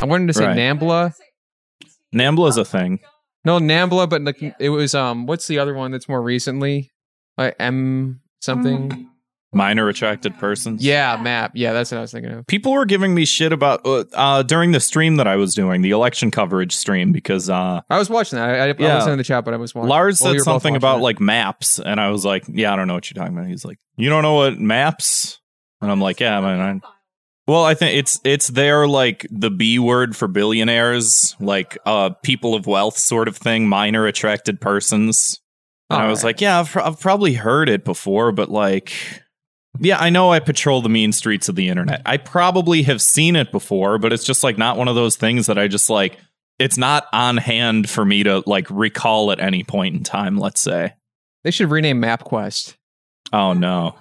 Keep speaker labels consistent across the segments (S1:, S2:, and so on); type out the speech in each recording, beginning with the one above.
S1: I wanted to say
S2: Right.
S1: Nambla.
S2: Nambla's a thing.
S1: No, Nambla, but like, it was um. What's the other one that's more recently? Like M something.
S2: Minor attracted persons.
S1: Yeah, map. Yeah, that's what I was thinking of.
S2: People were giving me shit about uh, uh, during the stream that I was doing, the election coverage stream, because uh,
S1: I was watching that. I, I, I
S2: Yeah.
S1: wasn't in the chat, but I was watching.
S2: Lars
S1: well, we
S2: said
S1: were both
S2: something
S1: watching
S2: about
S1: it.
S2: like maps, and I was like, "Yeah, I don't know what you're talking about." He's like, "You don't know what maps?" And I'm like, "Yeah, man." I, well, I think it's it's their like the B word for billionaires, like uh, people of wealth, sort of thing. Minor attracted persons. And I
S1: All
S2: was
S1: right.
S2: like, "Yeah, I've, pr- I've probably heard it before, but like." Yeah, I know I patrol the mean streets of the internet. I probably have seen it before, but it's just like not one of those things that I just like it's not on hand for me to like recall at any point in time, let's say.
S1: they should rename MapQuest.
S2: Oh no.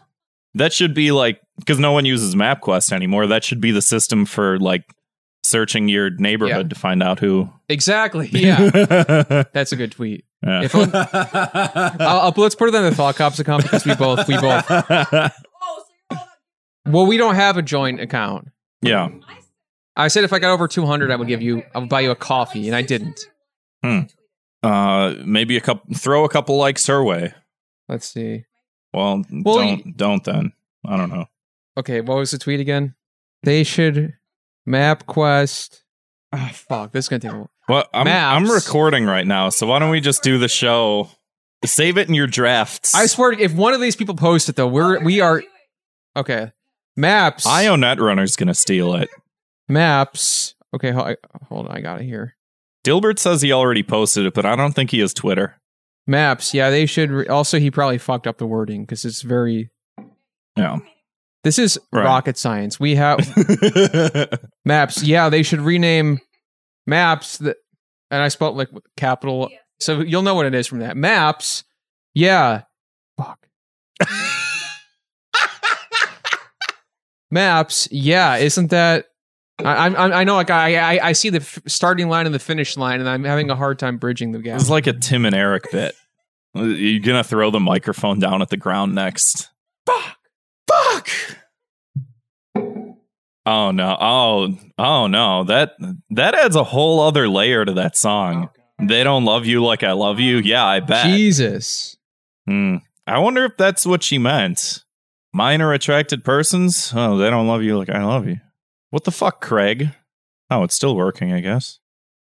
S2: That should be like cuz no one uses MapQuest anymore. That should be the system for like searching your neighborhood to find out who.
S1: Exactly. Yeah, that's a good tweet.
S2: Yeah.
S1: If I'm-
S2: Uh,
S1: I'll, I'll- let's put it in the thought cops account because we both we both. Well, we don't have a joint account.
S2: yeah.
S1: I said if I got over two hundred, I would give you, I would buy you a coffee, and I didn't.
S2: Hmm. Uh maybe a couple throw a couple likes her way.
S1: Let's see.
S2: Well,
S1: Well,
S2: don't don't then. I don't know.
S1: Okay, what was the tweet again? They should MapQuest. Ah, fuck, this is gonna take a.
S2: Well, I'm, I'm
S1: Maps.
S2: recording right now, so why don't we just do the show? Save it in your drafts.
S1: I swear, if one of these people posts it though, we're we are okay. Maps.
S2: IO Netrunner's gonna steal it.
S1: maps. Okay, ho- I- hold on, I got it here.
S2: Dilbert says he already posted it, but I don't think he has Twitter.
S1: Maps. Yeah, they should. Re- also, he probably fucked up the wording because it's very.
S2: No.
S1: This is
S2: Right.
S1: rocket science. We have maps. Yeah, they should rename maps. That and I spelled like with capital, so you'll know what it is from that. Maps. Yeah. Fuck. maps. Yeah. Isn't that? I, I'm- I'm. I know. Like I. I, I see the f- starting line and the finish line, and I'm having a hard time bridging the gap.
S2: it's like a Tim and Eric bit. You're gonna throw the microphone down at the ground next. Fuck! Fuck! Oh no! Oh oh no! That that adds a whole other layer to that song. They don't love you like I love you. Yeah, I bet.
S1: Jesus.
S2: Hmm. I wonder if that's what she meant. Minor attracted persons? Oh, they don't love you like I love you. What the fuck, Craig? Oh, it's still working, I guess.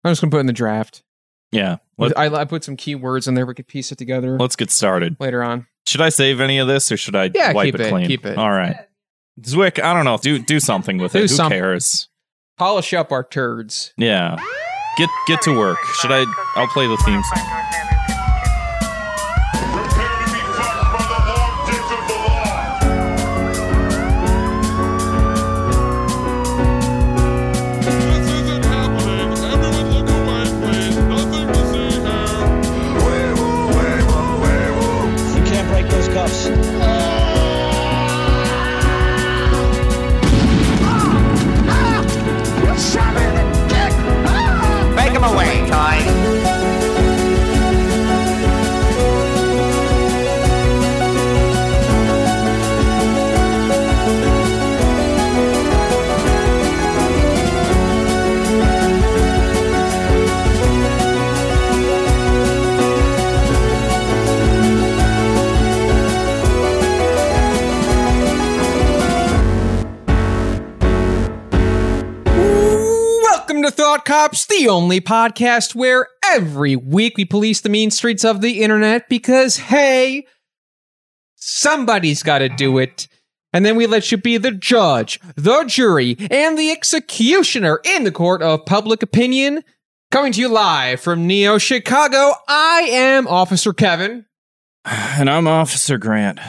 S1: I'm just gonna put it in the draft.
S2: Yeah. Let,
S1: I, I put some keywords in there. We could piece it together
S2: let's get started.
S1: later on.
S2: Should I save any of this or should I
S1: Yeah,
S2: wipe
S1: keep
S2: it,
S1: it,
S2: clean?
S1: keep it.
S2: All right. Zwick, I don't know. Do do something with
S1: Do
S2: it. Who
S1: something.
S2: cares?
S1: Polish up our turds.
S2: Yeah. Get get to work. Should I I'll play the theme song.
S3: Prepare to be fucked by the long dicks of the law.
S4: This isn't happening. Everyone look away, please. Nothing to see here.
S5: You can't break those cuffs.
S6: Make him away, Ty.
S1: Welcome to Thought Cops, the only podcast where every week we police the mean streets of the internet because, hey, somebody's got to do it. And then we let you be the judge, the jury, and the executioner in the court of public opinion. Coming to you live from Neo Chicago, I am Officer Kevin.
S2: And I'm Officer Grant.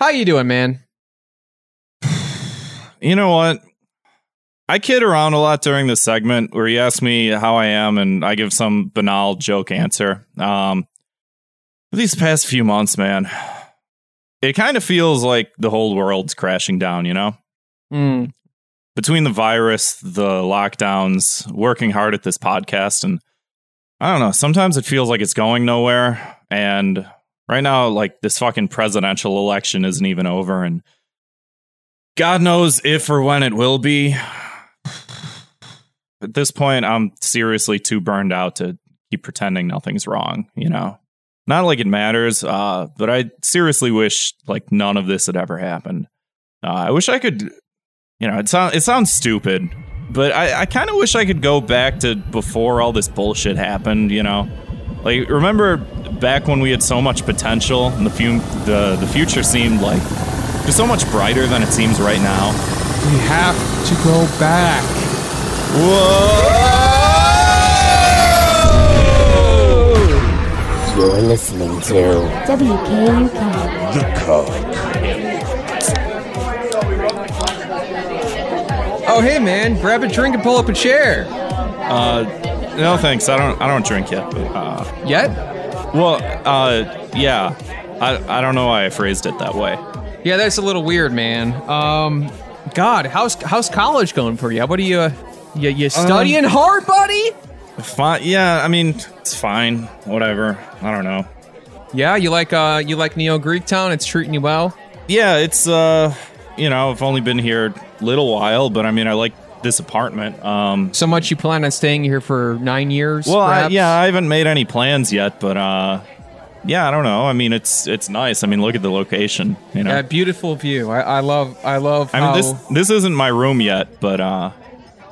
S1: How you doing, man?
S2: you know what? I kid around a lot during the segment where you ask me how I am and I give some banal joke answer. Um, these past few months, man, it kind of feels like the whole world's crashing down, you know?
S1: Mm,
S2: Between the virus, the lockdowns, working hard at this podcast, and I don't know, sometimes it feels like it's going nowhere. And right now, like this fucking presidential election isn't even over, and God knows if or when it will be. At this point, I'm seriously too burned out to keep pretending nothing's wrong, you know? Not like it matters, uh, but I seriously wish like none of this had ever happened. Uh, I wish I could, you know, it, sound, it sounds stupid, but I, I kind of wish I could go back to before all this bullshit happened, you know? Like, remember back when we had so much potential and the, fu- the, the future seemed like just so much brighter than it seems right now?
S1: We have to go back.
S7: You're listening to
S8: WKUK.
S7: The Cog.
S1: Oh, hey, man, grab a drink and pull up a chair.
S2: Uh, no thanks. I don't. I don't drink yet. But, uh,
S1: Yet?
S2: well, uh, yeah. I, I don't know why I phrased it that way.
S1: Yeah, that's a little weird, man. Um, God, how's how's college going for you? What are you, uh, you, you
S2: Um,
S1: studying hard, buddy?
S2: Fine. Yeah. I mean, it's fine. Whatever. I don't know.
S1: Yeah, you like uh, you like Neo Greek Town? It's treating you well.
S2: Yeah. It's uh, you know, I've only been here a little while, but I mean, I like this apartment. Um,
S1: So much you plan on staying here for nine years?
S2: Well, I,
S1: perhaps?
S2: yeah, I haven't made any plans yet, but uh, yeah, I don't know. I mean, it's it's nice. I mean, look at the location. You know,
S1: That beautiful view. I, I love. I love.
S2: I mean,
S1: how-
S2: this this isn't my room yet, but uh,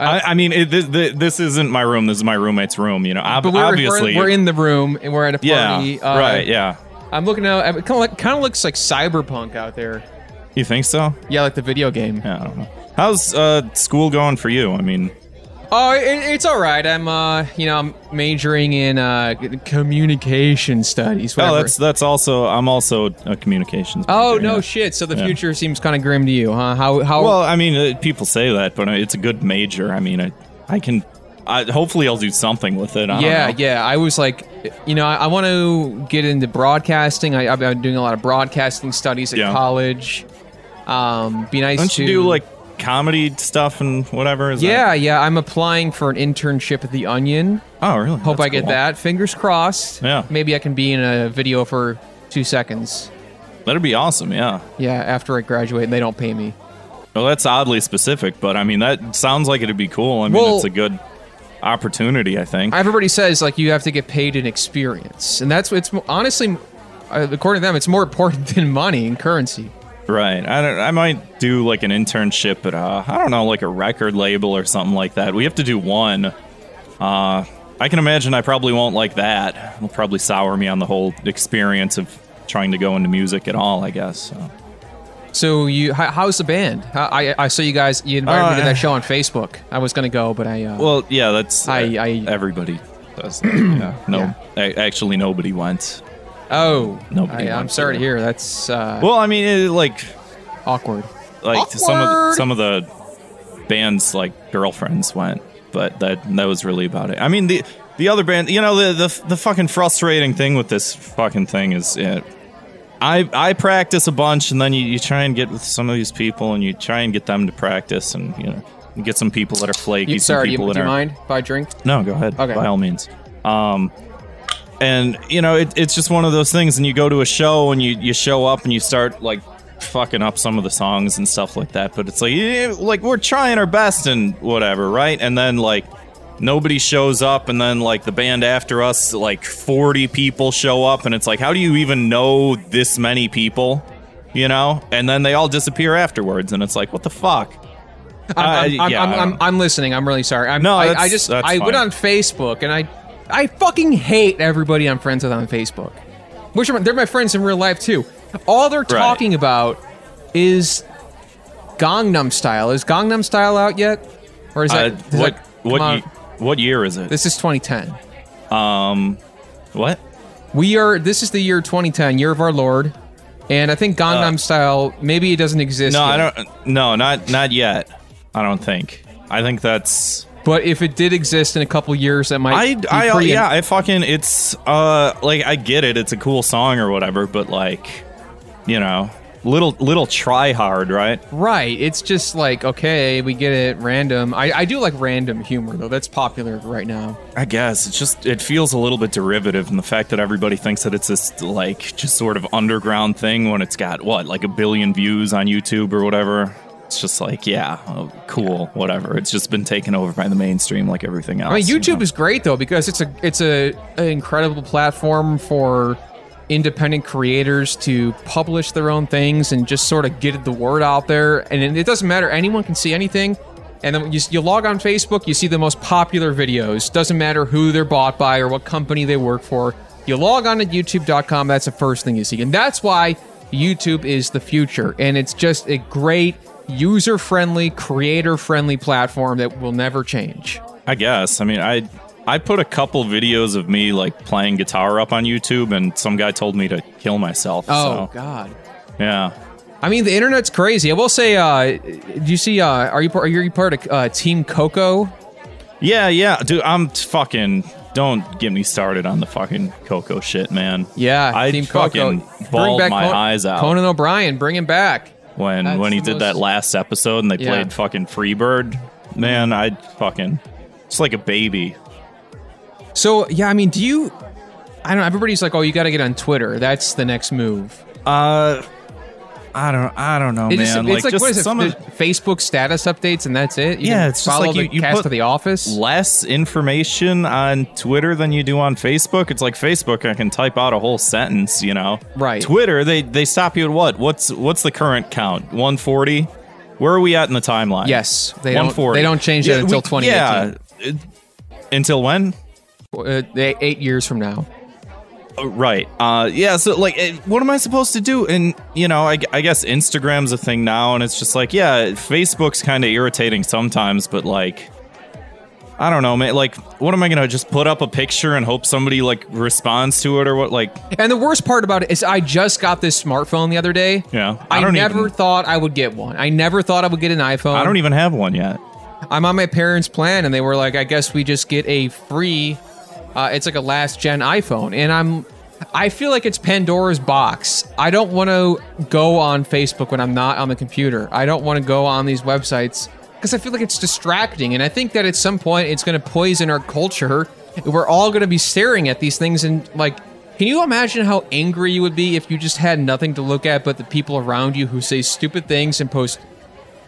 S2: I, I mean, it, this, this this isn't my room. This is my roommate's room. You know, ob-
S1: But we're,
S2: obviously,
S1: we're, we're in the room and we're at a
S2: yeah,
S1: party. uh,
S2: right, yeah.
S1: I'm looking out. It kind of look, kind of looks like cyberpunk out there.
S2: You think so?
S1: Yeah, like the video game.
S2: Yeah, I don't know. How's uh, school going for you? I mean,
S1: Oh, it, it's all right. I'm, uh, you know, I'm majoring in uh, g- communication studies.
S2: oh,
S1: whatever.
S2: that's that's also I'm also a communications.
S1: Oh
S2: major,
S1: no
S2: yeah.
S1: shit! So the
S2: Yeah.
S1: future seems kind of grim to you, huh? How how?
S2: Well, I mean, uh, people say that, but uh, it's a good major. I mean, I I can. I, hopefully, I'll do something with it. I
S1: yeah,
S2: don't know.
S1: yeah. I was like, you know, I, I want to get into broadcasting. I, I've been doing a lot of broadcasting studies at
S2: Yeah.
S1: college. Um, be nice
S2: Don't
S1: to
S2: you do like comedy stuff and whatever? Is that-
S1: Yeah, yeah. I'm applying for an internship at the Onion.
S2: Oh, really?
S1: Hope
S2: That's
S1: I get
S2: cool.
S1: that. Fingers crossed.
S2: Yeah.
S1: Maybe I can be in a video for two seconds.
S2: That'd be awesome. Yeah.
S1: Yeah, after I graduate and they don't pay me.
S2: Well, that's oddly specific, but I mean, that sounds like it'd be cool. I mean,
S1: Well-
S2: it's a good opportunity, I think.
S1: Everybody says like you have to get paid in experience, and that's it's honestly, uh, according to them, it's more important than money and currency.
S2: right. I don't. I might do like an internship at uh, I don't know, like a record label or something like that. We have to do one. Uh, I can imagine I probably won't like that. It'll probably sour me on the whole experience of trying to go into music at all. I guess. So.
S1: So you, how, how's the band? How- I I saw you guys. You invited me to
S2: Uh,
S1: that show on Facebook. I was gonna go, but I uh,
S2: Well, yeah, that's
S1: I-
S2: uh,
S1: I-
S2: everybody does. that, yeah. No,
S1: Yeah.
S2: a- actually, nobody went.
S1: oh,
S2: nobody
S1: I, I'm
S2: wants
S1: sorry
S2: to.
S1: to hear. That's uh,
S2: Well, I mean, it, like,
S1: awkward.
S2: like some of the,
S1: Awkward.
S2: some of the band's like girlfriends went, but that that was really about it. I mean, the the other band, you know, the the, the fucking frustrating thing with this fucking thing is it. I, I practice a bunch and then you, you try and get with some of these people and you try and get them to practice and you know you get some people that are flaky
S1: You,
S2: some
S1: sorry, do you,
S2: people
S1: do
S2: that
S1: you
S2: are
S1: mind if I drink?
S2: No, go ahead.
S1: Okay.
S2: By all means. Um, and you know, it, it's just one of those things. And you go to a show and you you show up and you start like fucking up some of the songs and stuff like that. But it's like, eh, like we're trying our best and whatever, right? And then like nobody shows up, and then like the band after us, like forty people show up, and it's like, how do you even know this many people? You know? And then they all disappear afterwards, and it's like, what the fuck?
S1: I'm, I'm,
S2: Uh,
S1: I'm,
S2: yeah, I
S1: I'm,
S2: don't
S1: I'm, I'm listening. I'm really sorry. I'm,
S2: No,
S1: I,
S2: that's-
S1: I just
S2: that's
S1: I went
S2: fine.
S1: on Facebook and I I fucking hate everybody I'm friends with on Facebook. Which are, my- they're my friends in real life too. All they're talking about is Gangnam Style. Is Gangnam Style out yet? Or is that is
S2: Uh, what
S1: that- come
S2: what
S1: on.
S2: ye- what year is it?
S1: This is 2010.
S2: Um, what?
S1: We are. This is the year 2010, year of our Lord, and I think Gangnam Style maybe it doesn't exist.
S2: Uh, No,
S1: yet.
S2: I don't. No, not not yet. I don't think. I think that's.
S1: But if it did exist in a couple years, that might.
S2: I
S1: be
S2: I
S1: pre-
S2: yeah. I fucking. It's uh like I get it. It's a cool song or whatever, but like, you know, little little try hard, right?
S1: Right. It's just like, okay, we get it random. I, I do like random humor, though. That's popular right now.
S2: I guess it's just it feels a little bit derivative, and the fact that everybody thinks that it's this like just sort of underground thing when it's got what like a billion views on YouTube or whatever. It's just like, yeah, oh, cool, whatever. It's just been taken over by the mainstream, like everything else.
S1: I mean,
S2: you
S1: YouTube
S2: know?
S1: is great though because it's a it's a an incredible platform for independent creators to publish their own things and just sort of get the word out there. And it- it doesn't matter; anyone can see anything. And then you, you log on Facebook, you see the most popular videos. Doesn't matter who they're bought by or what company they work for. You log on to YouTube.com. That's the first thing you see, and that's why YouTube is the future. And it's just a great user-friendly, creator-friendly platform that will never change.
S2: I guess. I mean, I I put a couple videos of me like playing guitar up on YouTube, and some guy told me to kill myself.
S1: Oh
S2: so,
S1: God!
S2: yeah.
S1: I mean, the internet's crazy. I will say, uh, do you see? Uh, are you part, are you part of uh, Team Coco?
S2: Yeah, yeah, dude. I'm t- fucking. Don't get me started on the fucking Coco shit, man.
S1: Yeah,
S2: I
S1: Team
S2: fucking
S1: Coco. Bring
S2: bawled
S1: back
S2: my
S1: Con-
S2: eyes out
S1: Conan O'Brien, bring him back.
S2: when
S1: That's
S2: when he
S1: the
S2: did that
S1: most-
S2: last episode and they
S1: Yeah.
S2: played fucking Freebird. Man, I fucking. It's like a baby.
S1: So yeah, I mean, do you? I don't. know. Everybody's like, oh, you got to get on Twitter. That's the next move.
S2: Uh, I don't. I don't know,
S1: It
S2: man.
S1: just- it's like, what is it? the Facebook status updates, and that's it. You
S2: Yeah,
S1: can
S2: it's just
S1: follow
S2: like
S1: the
S2: you- you
S1: cast
S2: put-
S1: of The Office.
S2: less information on Twitter than you do on Facebook. It's like Facebook, I can type out a whole sentence, you know.
S1: Right.
S2: Twitter, they they stop you at what? What's what's the current count? One forty. Where are we at in the timeline?
S1: Yes, they don't-
S2: 140.
S1: they don't change that until 2018.
S2: Yeah. It- Until when?
S1: Uh, they- eight years from now.
S2: Uh, Right. Uh, yeah. So, like, eh, what am I supposed to do? And you know, I, g- I guess Instagram's a thing now, and it's just like, yeah, Facebook's kind of irritating sometimes, but like, I don't know, man. Like, what am I gonna just put up a picture and hope somebody like responds to it or what? Like,
S1: And the worst part about it is I just got this smartphone the other day.
S2: Yeah, I
S1: I,
S2: don't
S1: never
S2: even-
S1: thought I would get one. I never thought I would get an iPhone.
S2: I don't even have one yet.
S1: I'm on my parents' plan, and they were like, "I guess we just get a free. Uh, it's like a last gen iPhone." And I'm, I feel like it's Pandora's box. I don't want to go on Facebook when I'm not on the computer. I don't want to go on these websites because I feel like it's distracting. And I think that at some point it's going to poison our culture. We're all going to be staring at these things and like. Can you imagine how angry you would be if you just had nothing to look at but the people around you who say stupid things and post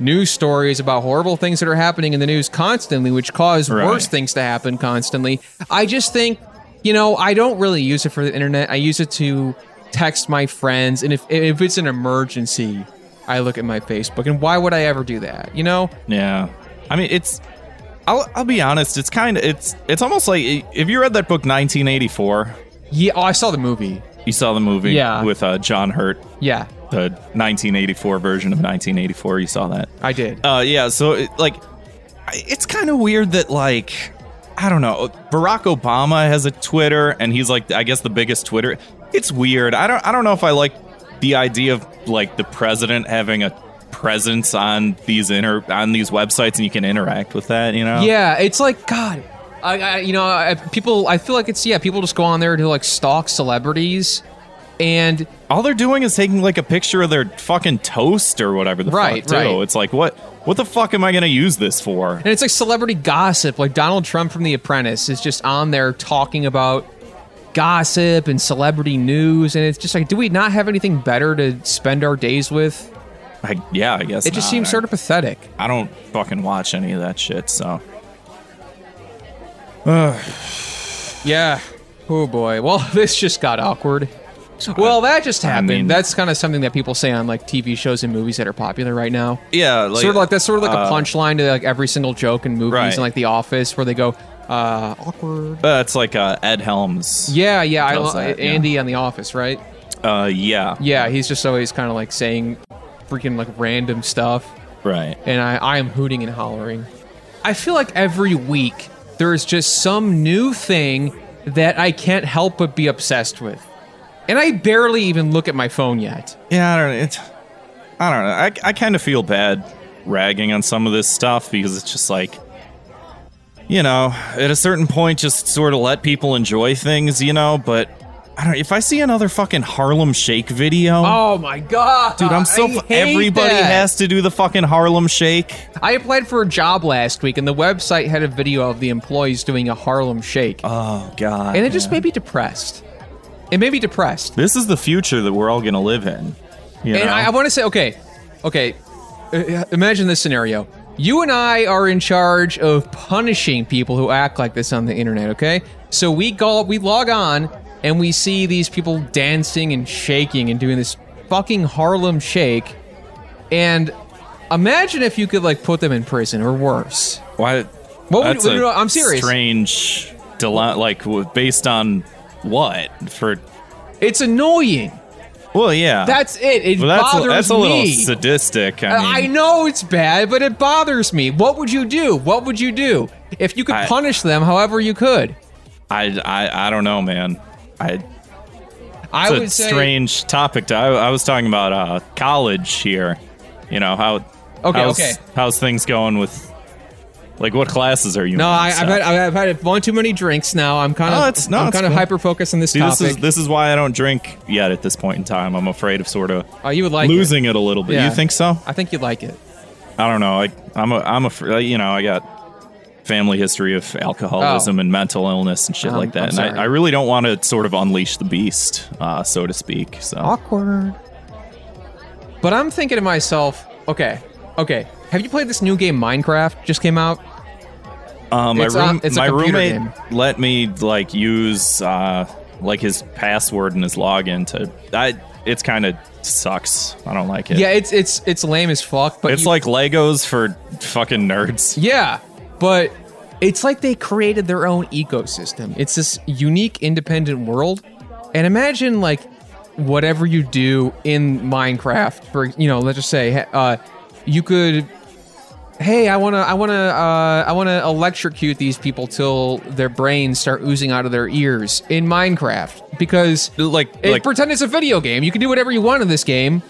S1: news stories about horrible things that are happening in the news constantly, which cause
S2: Right.
S1: worse things to happen constantly. I just think, you know, I don't really use it for the internet. I use it to text my friends, and if if it's an emergency, I look at my Facebook. And why would I ever do that? You know?
S2: Yeah. I mean, it's. I'll, I'll be honest. It's kind of it's it's almost like eh, if you read that book 1984,
S1: Yeah. Oh, I saw the movie.
S2: you saw the movie
S1: Yeah.
S2: with uh, John Hurt,
S1: Yeah,
S2: the 1984 version of 1984. You saw that.
S1: I did.
S2: Uh, yeah. So, it, like, I- it's kind of weird that, like, I don't know. Barack Obama has a Twitter, and he's like, I guess the biggest Twitter. It's weird. I don't. I don't know if I like the idea of like the president having a presence on these inter on these websites, and you can interact with that. You know.
S1: Yeah, it's like God. I, I you know, I, people. I feel like it's yeah. People just go on there to like stalk celebrities, and
S2: All they're doing is taking like a picture of their fucking toast or whatever the
S1: Right,
S2: fuck. Too.
S1: right.
S2: It's like what. What the fuck am I gonna use this for?
S1: And it's like celebrity gossip. Like Donald Trump from The Apprentice is just on there talking about gossip and celebrity news. And it's just like, do we not have anything better to spend our days with?
S2: I, yeah, I guess
S1: It just
S2: not.
S1: seems
S2: I-
S1: sort of pathetic.
S2: I don't fucking watch any of that shit, so.
S1: Yeah. Oh boy. Well, this just got awkward. Well, that just happened.
S2: mean-
S1: that's kind of something that people say on like TV shows and movies that are popular right now.
S2: Yeah, like,
S1: sort of like that's sort of like
S2: uh,
S1: a punchline to like every single joke in movies
S2: Right.
S1: and like The Office, where they go, uh, awkward.
S2: Uh, it's like uh, Ed Helms.
S1: Yeah, yeah. I,
S2: Does
S1: lo-
S2: that, yeah.
S1: Andy on The Office, right?
S2: Uh, yeah.
S1: Yeah, he's just always kind of like saying freaking like random stuff,
S2: Right.
S1: and I, I am hooting and hollering. I feel like every week there is just some new thing that I can't help but be obsessed with. And I barely even look at my phone yet.
S2: Yeah, I don't. It's. I don't know. I, I kind of feel bad ragging on some of this stuff because it's just like, you know, at a certain point, just sort of let people enjoy things, you know. But I don't. If I see another fucking Harlem Shake video,
S1: Oh my god,
S2: dude, I'm so.
S1: I
S2: fu-
S1: hate
S2: everybody
S1: that.
S2: has to do the fucking Harlem Shake.
S1: I applied for a job last week, and the website had a video of the employees doing a Harlem Shake,
S2: Oh god.
S1: and it just
S2: man.
S1: made me depressed. It made me depressed.
S2: This is the future that we're all gonna live in. You
S1: And
S2: know?
S1: I, I want to say, okay, okay, uh, imagine this scenario. You and I are in charge of punishing people who act like this on the internet, okay? So we go we log on and we see these people dancing and shaking and doing this fucking Harlem shake. And imagine if you could like put them in prison or worse.
S2: Why?
S1: What would-
S2: that's
S1: would
S2: a
S1: you- I'm serious.
S2: Strange, deli- like w- based on what? For
S1: It's annoying.
S2: well, yeah.
S1: That's it. It
S2: well, that's
S1: bothers
S2: that's a little
S1: me. Uh,
S2: sadistic. I, mean,
S1: I know it's bad, but it bothers me. What would you do? What would you do if you could
S2: I-
S1: punish them however you could?
S2: I, I I don't know, man. I it's
S1: I
S2: a
S1: would say
S2: strange topic. To, I, I was talking about uh, college here. You know how?
S1: Okay,
S2: how's,
S1: okay.
S2: How's things going with? Like, what classes are you?
S1: No,
S2: in and
S1: I, uh, I've,
S2: stuff?
S1: had, I've had one too many drinks now. I'm kind
S2: No,
S1: of
S2: it's- no,
S1: I'm
S2: it's
S1: kind of
S2: cool.
S1: hyper focused on this
S2: See,
S1: topic.
S2: this is this is why I don't drink yet at this point in time. I'm afraid of sort of
S1: oh, you would like It.
S2: losing it. a little bit.
S1: Yeah.
S2: You think so?
S1: I think you'd like it.
S2: I don't know. I, I'm a, I'm a, fr- you know, I got family history of alcoholism
S1: Oh.
S2: and mental illness and shit
S1: Um,
S2: like that,
S1: I'm
S2: and
S1: sorry.
S2: I, I really don't want to sort of unleash the beast, uh, so to speak. So
S1: Awkward. But I'm thinking to myself, okay, okay. Have you played this new game Minecraft? Just came out.
S2: um, my
S1: It's a-
S2: room,
S1: it's a
S2: my
S1: computer
S2: roommate
S1: game.
S2: let me like use uh, like his password and his login to. I it's kind of sucks. I don't like it.
S1: Yeah, it's it's it's lame as fuck. But
S2: it's
S1: you-
S2: like Legos for fucking nerds.
S1: Yeah, but it's like they created their own ecosystem. It's this unique independent world. And imagine like whatever you do in Minecraft for you know, let's just say uh you could hey, I want to I want to uh I want to electrocute these people till their brains start oozing out of their ears in Minecraft because
S2: Like
S1: it,
S2: like
S1: pretend it's a video game. You can do whatever you want in this game.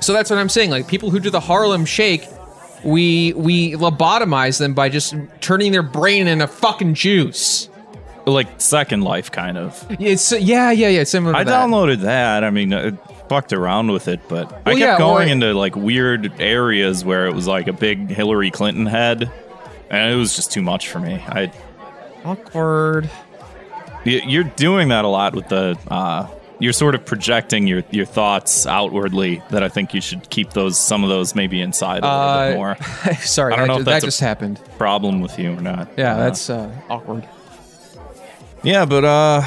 S1: So that's what I'm saying. Like people who do the Harlem Shake, we we lobotomize them by just turning their brain into fucking juice.
S2: like Second Life kind of.
S1: It's yeah, yeah, yeah. it's Similar. To
S2: I
S1: that.
S2: downloaded that. I mean, it fucked around with it, but I
S1: Well,
S2: kept
S1: yeah,
S2: going
S1: or-
S2: into like weird areas where it was like a big Hillary Clinton head, and it was just too much for me. I
S1: awkward.
S2: y- you're doing that a lot with the uh, you're sort of projecting your your thoughts outwardly. That I think you should keep those some of those maybe inside a little
S1: Uh,
S2: bit more.
S1: Sorry,
S2: I
S1: that,
S2: don't know
S1: ju-
S2: if
S1: that
S2: that's a-
S1: just happened.
S2: Problem with you or not?
S1: Yeah,
S2: Uh,
S1: that's uh, awkward.
S2: yeah, but uh,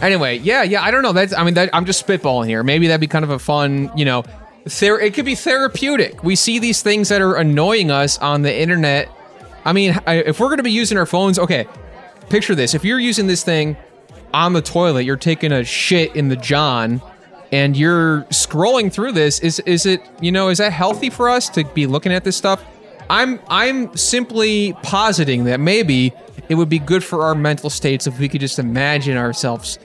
S1: Anyway, yeah, yeah. I don't know. That's I mean, that, I'm just spitballing here. Maybe that'd be kind of a fun, you know, ther- it could be therapeutic. We see these things that are annoying us on the internet. I mean, I, if we're going to be using our phones, okay. Picture this: if you're using this thing on the toilet, you're taking a shit in the john, and you're scrolling through this. Is is it you know is that healthy for us to be looking at this stuff? I'm I'm simply positing that maybe it would be good for our mental states if we could just imagine ourselves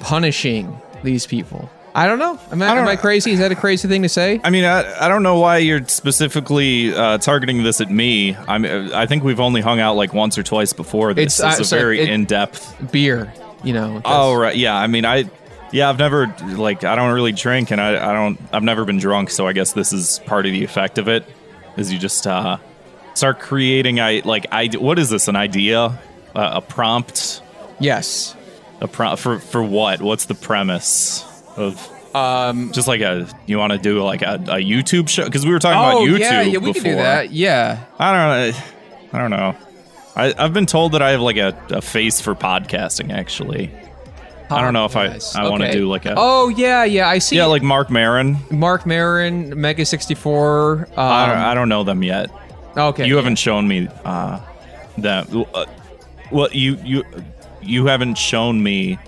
S1: punishing these people. I don't know. Am I,
S2: don't
S1: am I
S2: know.
S1: crazy? Is that a crazy thing to say?
S2: I mean, I, I don't know why you're specifically uh, targeting this at me. I'm, I think we've only hung out like once or twice before. This
S1: It's-
S2: is
S1: uh,
S2: a
S1: so
S2: very
S1: it-
S2: in-depth.
S1: Beer, you know. that's-
S2: Oh right, yeah. I mean, I yeah, I've never like I don't really drink, and I, I don't I've never been drunk, so I guess this is part of the effect of it. Is you just uh, start creating I like I what is this an idea uh, a prompt
S1: yes.
S2: a pro- for for what what's the premise of um just like a you want to do like a, a YouTube show because we were talking
S1: Oh
S2: about YouTube
S1: yeah, yeah. We
S2: before.
S1: could do that. Yeah.
S2: I don't know. I don't know. I, I've been told that I have like a, a face for podcasting. Actually, I don't know if I
S1: Podcast.
S2: I want to
S1: Okay.
S2: do like a
S1: Oh yeah, yeah. I see.
S2: yeah like Mark Maron.
S1: Mark Marin, Mega sixty four. Um,
S2: I, don't, I don't know them yet.
S1: okay.
S2: you haven't shown me uh, that. Uh, well, you you you haven't shown me.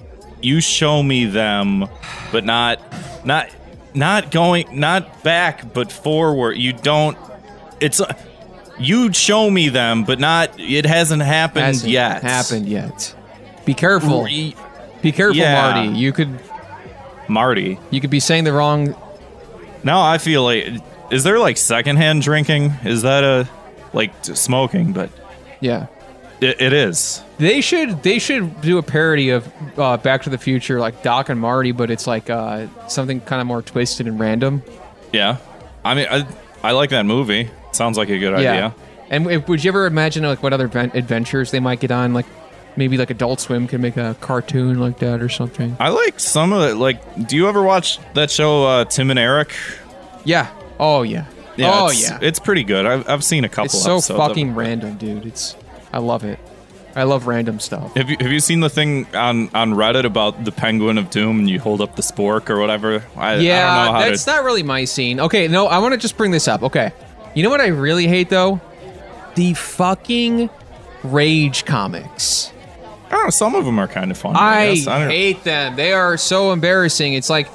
S2: You show me them, but not not not going not back, but forward. You don't. It's uh, you show me them, but not. It hasn't happened
S1: hasn't
S2: yet.
S1: happened yet. Be careful.
S2: Re-
S1: Be careful,
S2: Yeah.
S1: Marty. You could
S2: Marty.
S1: you could be saying the wrong.
S2: Now I feel like is there like secondhand drinking? Is that a like t- smoking? But
S1: Yeah.
S2: it, it is.
S1: They should they should do a parody of uh, Back to the Future, like Doc and Marty, but it's like uh, something kind of more twisted and random.
S2: Yeah. I mean, I, I like that movie. Sounds like a good
S1: Yeah.
S2: idea.
S1: And if, would you ever imagine like what other ven- adventures they might get on? Like maybe like Adult Swim could make a cartoon like that or something.
S2: I like some of it. Like, do you ever watch that show uh, Tim and Eric?
S1: Yeah. Oh yeah.
S2: Yeah,
S1: Oh,
S2: it's,
S1: yeah.
S2: it's pretty good. I've, I've seen a couple.
S1: It's so
S2: episodes of
S1: fucking
S2: it.
S1: random, dude. It's I love it. I love random stuff.
S2: Have you have you seen the thing on on Reddit about the Penguin of Doom and you hold up the spork or whatever? I,
S1: yeah,
S2: I don't know how
S1: that's
S2: to.
S1: not really my scene. Okay, no, I want to just bring this up. Okay, you know what I really hate though? The fucking rage comics.
S2: I don't know, some of them are kind of fun. I,
S1: I,
S2: guess. I don't-
S1: hate them. They are so embarrassing. It's like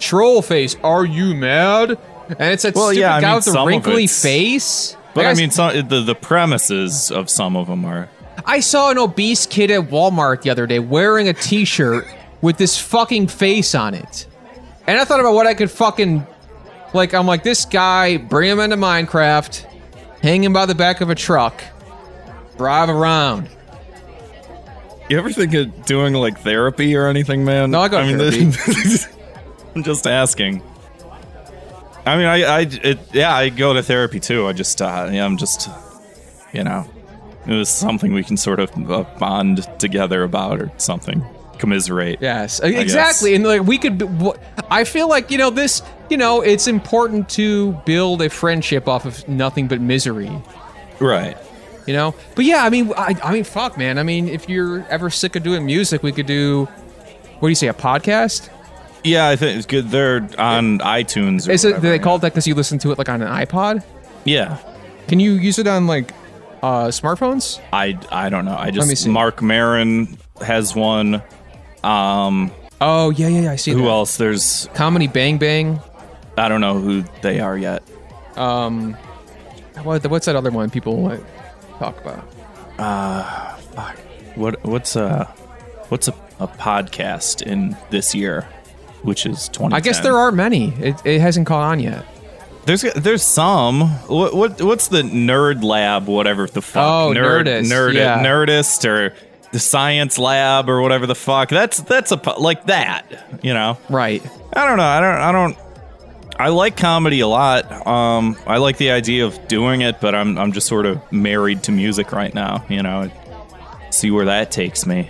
S1: troll face. Are you mad? And it's that
S2: Well,
S1: stupid
S2: yeah, I
S1: guy
S2: mean,
S1: with the
S2: some of
S1: wrinkly
S2: it's-
S1: face.
S2: but
S1: Like,
S2: I
S1: s-
S2: mean, some, the the premises of some of them are.
S1: I saw an obese kid at Walmart the other day wearing a T-shirt with this fucking face on it, and I thought about what I could fucking like. I'm like, this guy, bring him into Minecraft, hang him by the back of a truck, drive around.
S2: You ever think of doing like therapy or anything, man?
S1: No, I go to
S2: mean, this- I'm just asking. I mean, I, I, it, yeah, I go to therapy too. I just, uh, yeah, I'm just, you know, it was something we can sort of uh, bond together about or something, commiserate.
S1: Yes, exactly. And like we could, be- wh- I feel like you know this. You know, it's important to build a friendship off of nothing but misery.
S2: Right.
S1: you know but yeah i mean I, I mean fuck man i mean if you're ever sick of doing music we could do what do you say a podcast
S2: Yeah, I think it's good. They're on iTunes. Or
S1: is it do
S2: whatever,
S1: they
S2: yeah.
S1: call it that because you listen to it like on an ipod
S2: Yeah.
S1: can you use it on like uh smartphones
S2: I, I don't know. I
S1: me
S2: just
S1: see.
S2: Mark Marin has one. Um,
S1: oh yeah yeah, yeah i see
S2: who
S1: that.
S2: else? There's
S1: comedy bang bang
S2: I don't know who they are yet.
S1: what, what's that other one people like, talk about
S2: What what's a what's a, a podcast in this year, which is twenty?
S1: i guess there aren't many it, it hasn't caught on yet
S2: There's there's some. What what what's the Nerd Lab? Whatever the fuck.
S1: Oh,
S2: Nerd
S1: Nerdist,
S2: Nerd
S1: yeah.
S2: Nerdist or the Science Lab or whatever the fuck. That's that's a po- like that. You know.
S1: right
S2: I don't know. I don't. I don't. I like comedy a lot. Um, I like the idea of doing it, but I'm I'm just sort of married to music right now. You know, see where that takes me.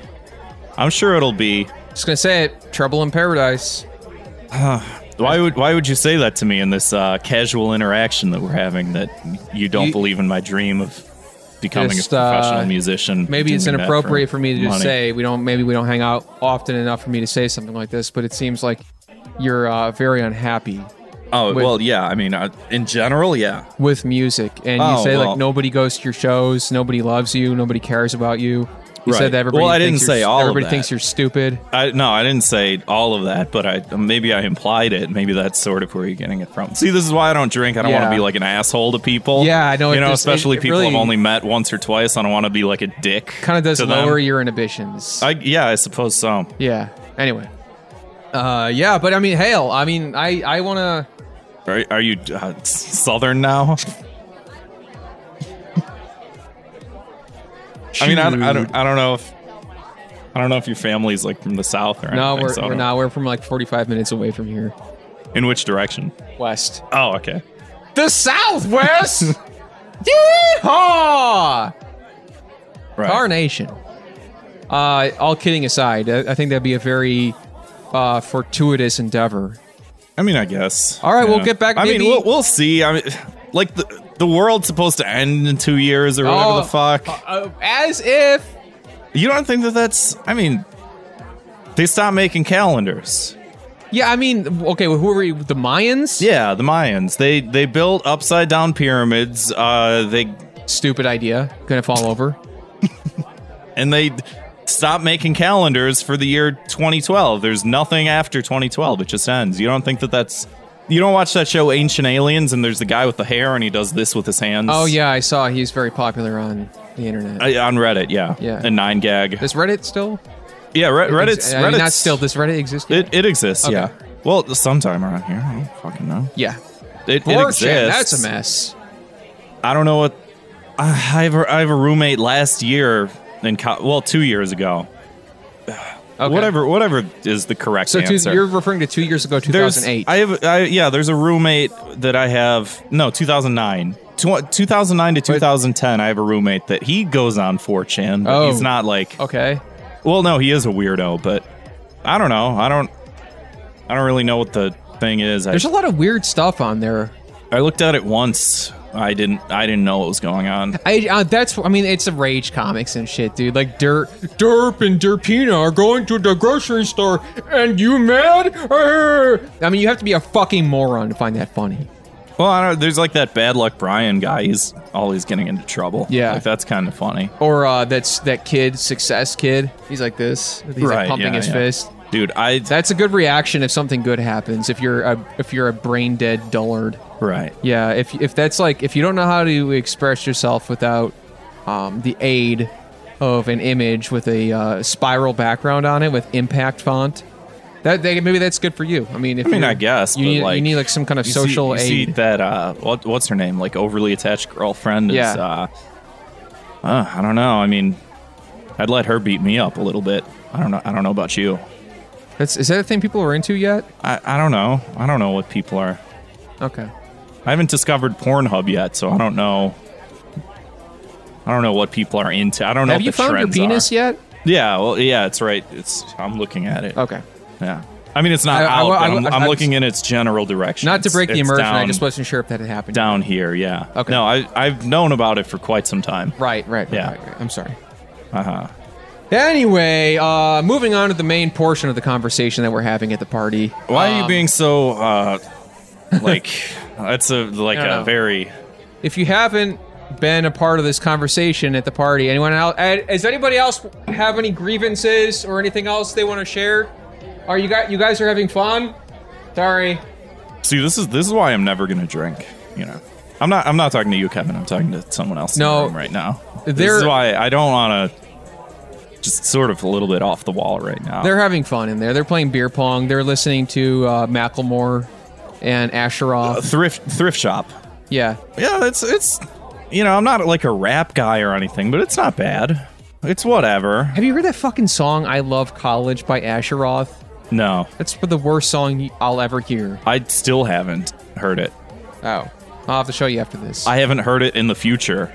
S2: I'm sure it'll be.
S1: just gonna say it trouble in paradise
S2: Why would Why would you say that to me in this uh, casual interaction that we're having? That you don't
S1: You-
S2: believe in my dream of becoming
S1: Just,
S2: a
S1: uh,
S2: professional musician.
S1: maybe it's
S2: doing that
S1: inappropriate for me to just
S2: money.
S1: say we don't maybe we don't hang out often enough for me to say something like this but it seems like you're uh, very unhappy
S2: Oh
S1: with-
S2: well, yeah. I mean, uh, in general, yeah.
S1: with music and you
S2: Oh,
S1: say
S2: well.
S1: like nobody goes to your shows nobody loves you nobody cares about you you
S2: Right.
S1: said that everybody
S2: Well, I
S1: thinks
S2: didn't
S1: you're-
S2: say all of
S1: everybody
S2: that.
S1: thinks you're stupid
S2: I, no, I didn't say all of that, but I maybe I implied it. Maybe that's sort of where you're getting it from. See, this is why I don't drink. I don't want
S1: Yeah.
S2: to be like an asshole to people.
S1: Yeah, I know, it
S2: You know,
S1: just-
S2: especially
S1: it- it
S2: people
S1: really-
S2: I've only met once or twice. I don't want to be like a dick.
S1: kind of does
S2: to
S1: lower
S2: Them.
S1: your inhibitions
S2: I yeah, I suppose so.
S1: yeah anyway uh yeah but i mean hell i mean i i want to
S2: Are, are you uh, s- southern now? I mean, I, don't- I don't. I don't know if. I don't know if your family's like from the south or
S1: no
S2: anything.
S1: we're,
S2: so I
S1: we're
S2: don't-
S1: not we're from like 45 minutes away from here
S2: In which direction?
S1: west
S2: Oh, okay.
S1: the southwest Yeehaw!
S2: Right.
S1: Carnation. Uh, all kidding aside, I, I think that'd be a very uh, fortuitous endeavor.
S2: I mean, I guess.
S1: All right, we'll get back-
S2: I
S1: maybe-
S2: mean, we'll, we'll see. I mean, like the the world's supposed to end in two years or whatever
S1: Oh.
S2: the fuck.
S1: Uh, as if
S2: You don't think that that's? I mean, they stopped making calendars.
S1: Yeah, I mean, okay, well, who are we? The Mayans?
S2: Yeah, the Mayans. They they built upside down pyramids. Uh, they
S1: Stupid idea. Gonna fall over.
S2: and they stopped making calendars for the year 2012. There's nothing after 2012. It just ends. You don't think that that's? You don't watch that show Ancient Aliens and there's the guy with the hair and he does this with his hands.
S1: Oh, yeah, I saw he's very popular on the internet.
S2: I, on Reddit, yeah,
S1: Yeah.
S2: and nine gag.
S1: Does Reddit still?
S2: Yeah, Re- Reddit's,
S1: Reddit. I mean,
S2: Reddit's
S1: not still. Does Reddit exist? yet?
S2: It, it exists.
S1: Okay.
S2: Yeah. Well, sometime around here. I don't fucking know.
S1: yeah.
S2: It, it
S1: 4chan,
S2: exists.
S1: that's a mess.
S2: I don't know what. I I have a, I have a roommate last year in co- well two years ago.
S1: Okay.
S2: Whatever whatever is the correct
S1: So two,
S2: answer.
S1: you're referring to two years ago,
S2: there's
S1: 2008.
S2: I have I, yeah. There's a roommate that I have. No, 2009. Tw- 2009 to 2010, I have a roommate that he goes on 4chan, but
S1: Oh.
S2: he's not like
S1: okay.
S2: Well, no, he is a weirdo, but I don't know. I don't. I don't really know what the thing is. I,
S1: There's a lot of weird stuff on there.
S2: I looked at it once. I didn't. I didn't know what was going on.
S1: I, uh, that's I mean it's a rage comics and shit, dude. Like Dirt, Derp and Derpina are going to the grocery store, and you mad? Arr! I mean you have to be a fucking moron to find that funny.
S2: Well, I don't, there's like that bad luck Brian guy. He's always getting into trouble.
S1: Yeah.
S2: like, that's kind of funny.
S1: Or uh, that's that kid, success kid. He's like this. He's like pumping
S2: yeah,
S1: his
S2: yeah.
S1: fist.
S2: Dude, I
S1: That's a good reaction if something good happens. If you're a if you're a brain dead dullard.
S2: right.
S1: Yeah, if if that's like if you don't know how to express yourself without um, the aid of an image with a uh, spiral background on it with impact font, that they, maybe that's good for you. I mean, if
S2: I mean,
S1: you're-
S2: I guess.
S1: you
S2: but,
S1: need
S2: like,
S1: you need like some kind of
S2: you see-
S1: social
S2: you see,
S1: aid.
S2: that uh, what, what's her name? Like overly attached girlfriend is.
S1: Yeah.
S2: Uh, uh, I don't know. I mean, I'd let her beat me up a little bit. I don't know. I don't know about you.
S1: That's, is that a thing people are into yet?
S2: I, I don't know. I don't know what people are.
S1: Okay.
S2: I haven't discovered Pornhub yet, so I don't know. I don't know what people are into. I don't know.
S1: Have
S2: what
S1: you
S2: the
S1: found your
S2: trends
S1: penis
S2: are.
S1: yet?
S2: Yeah. Well, yeah. It's right. It's. I'm looking at it.
S1: Okay.
S2: Yeah. I mean, it's not
S1: I- I
S2: out,
S1: wa-
S2: but
S1: I wa-
S2: I'm,
S1: I
S2: I'm
S1: was-
S2: looking in its general direction.
S1: Not to
S2: It's-
S1: break the
S2: it's
S1: immersion, I
S2: down-
S1: just wasn't sure if that had happened.
S2: down here. Yeah.
S1: Okay.
S2: No, I I've known about it for quite some time.
S1: Right, right, right,
S2: Yeah.
S1: right, right. I'm sorry.
S2: Uh huh.
S1: Anyway, uh, moving on to the main portion of the conversation that we're having at the party.
S2: Why are you
S1: Um,
S2: being so uh, like? that's a like
S1: I don't
S2: a
S1: know.
S2: very
S1: if you haven't been a part of this conversation at the party, anyone else? and- Does anybody else have any grievances or anything else they want to share? Are you guys? You guys are having fun? Sorry.
S2: see. This is this is why I'm never gonna drink. You know. I'm not. I'm not talking to you, Kevin. I'm talking to someone else. in the
S1: No.
S2: room right now.
S1: They're-
S2: this is why I don't want to. Just sort of a little bit off the wall right now.
S1: They're having fun in there. They're playing beer pong. They're listening to uh, Macklemore and Asheroff.
S2: thrift thrift shop.
S1: Yeah.
S2: Yeah, it's it's. You know, I'm not like a rap guy or anything, but it's not bad. It's whatever.
S1: Have you heard that fucking song "I Love College" by Asheroff?
S2: No,
S1: That's the worst song I'll ever hear.
S2: I still haven't heard it.
S1: Oh, I'll have to show you after this.
S2: I haven't heard it in the future.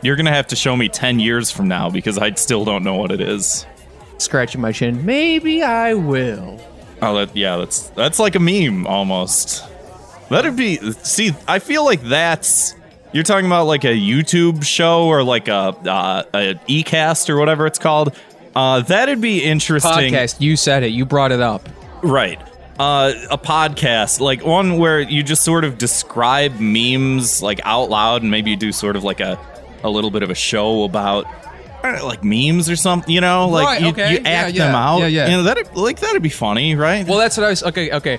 S2: You're gonna have to show me ten years from now because I still don't know what it is.
S1: Scratching my chin. Maybe I will.
S2: Oh, that, yeah, that's that's like a meme almost. That'd be. See, I feel like that's. You're talking about like a YouTube show or like a uh, a ecast or whatever it's called. Uh, that'd be interesting.
S1: Podcast. You said it. You brought it up.
S2: Right. Uh, a podcast, like one where you just sort of describe memes like out loud, and maybe you do sort of like a, a little bit of a show about uh, like memes or something. You know, like
S1: Right,
S2: you,
S1: okay.
S2: you
S1: Yeah,
S2: act
S1: yeah,
S2: them out.
S1: yeah, yeah.
S2: You know that like that'd be funny, right?
S1: Well, that's what I was. Okay, okay.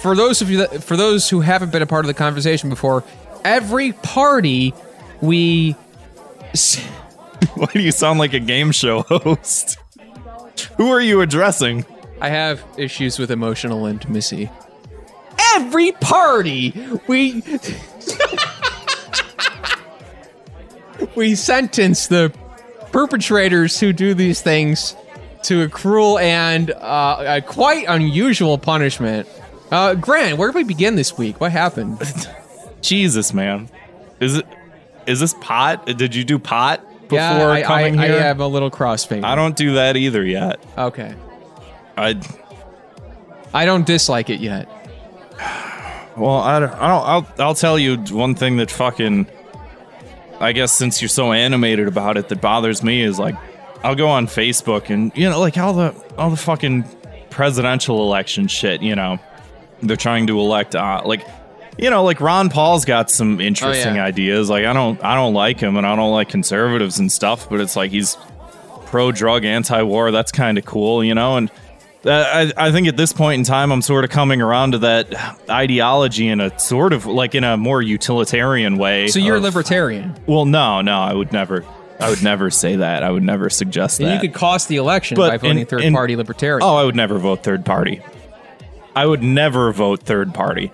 S1: For those of you that, for those who haven't been a part of the conversation before, every party we s-
S2: why do you sound like a game show host? Who are you addressing?
S1: I have issues with emotional intimacy. Every party we we sentence the perpetrators who do these things to a cruel and uh, a quite unusual punishment. Uh, Grant, where did we begin this week? What happened?
S2: Jesus, man, is it is this pot? Did you do pot before
S1: yeah, I,
S2: coming
S1: I,
S2: here?
S1: I have a little crossfade.
S2: I don't do that either yet.
S1: Okay.
S2: I
S1: I don't dislike it yet.
S2: Well, I don't, I don't I'll, I'll tell you one thing that fucking I guess since you're so animated about it that bothers me is like I'll go on Facebook and you know like all the all the fucking presidential election shit, you know. They're trying to elect uh, like you know like Ron Paul's got some interesting ideas. Like I don't I don't like him and I don't like conservatives and stuff, but it's like he's pro drug, anti war. That's kind of cool, you know? And uh, I, I think at this point in time, I'm sort of coming around to that ideology in a sort of like in a more utilitarian way.
S1: So you're a
S2: of-
S1: libertarian.
S2: Well, no, no, I would never. I would never say that. I would never suggest
S1: And
S2: that.
S1: you could cost the election
S2: But
S1: by voting
S2: in-
S1: third
S2: in-
S1: party libertarian.
S2: Oh, I would never vote third party. I would never vote third party.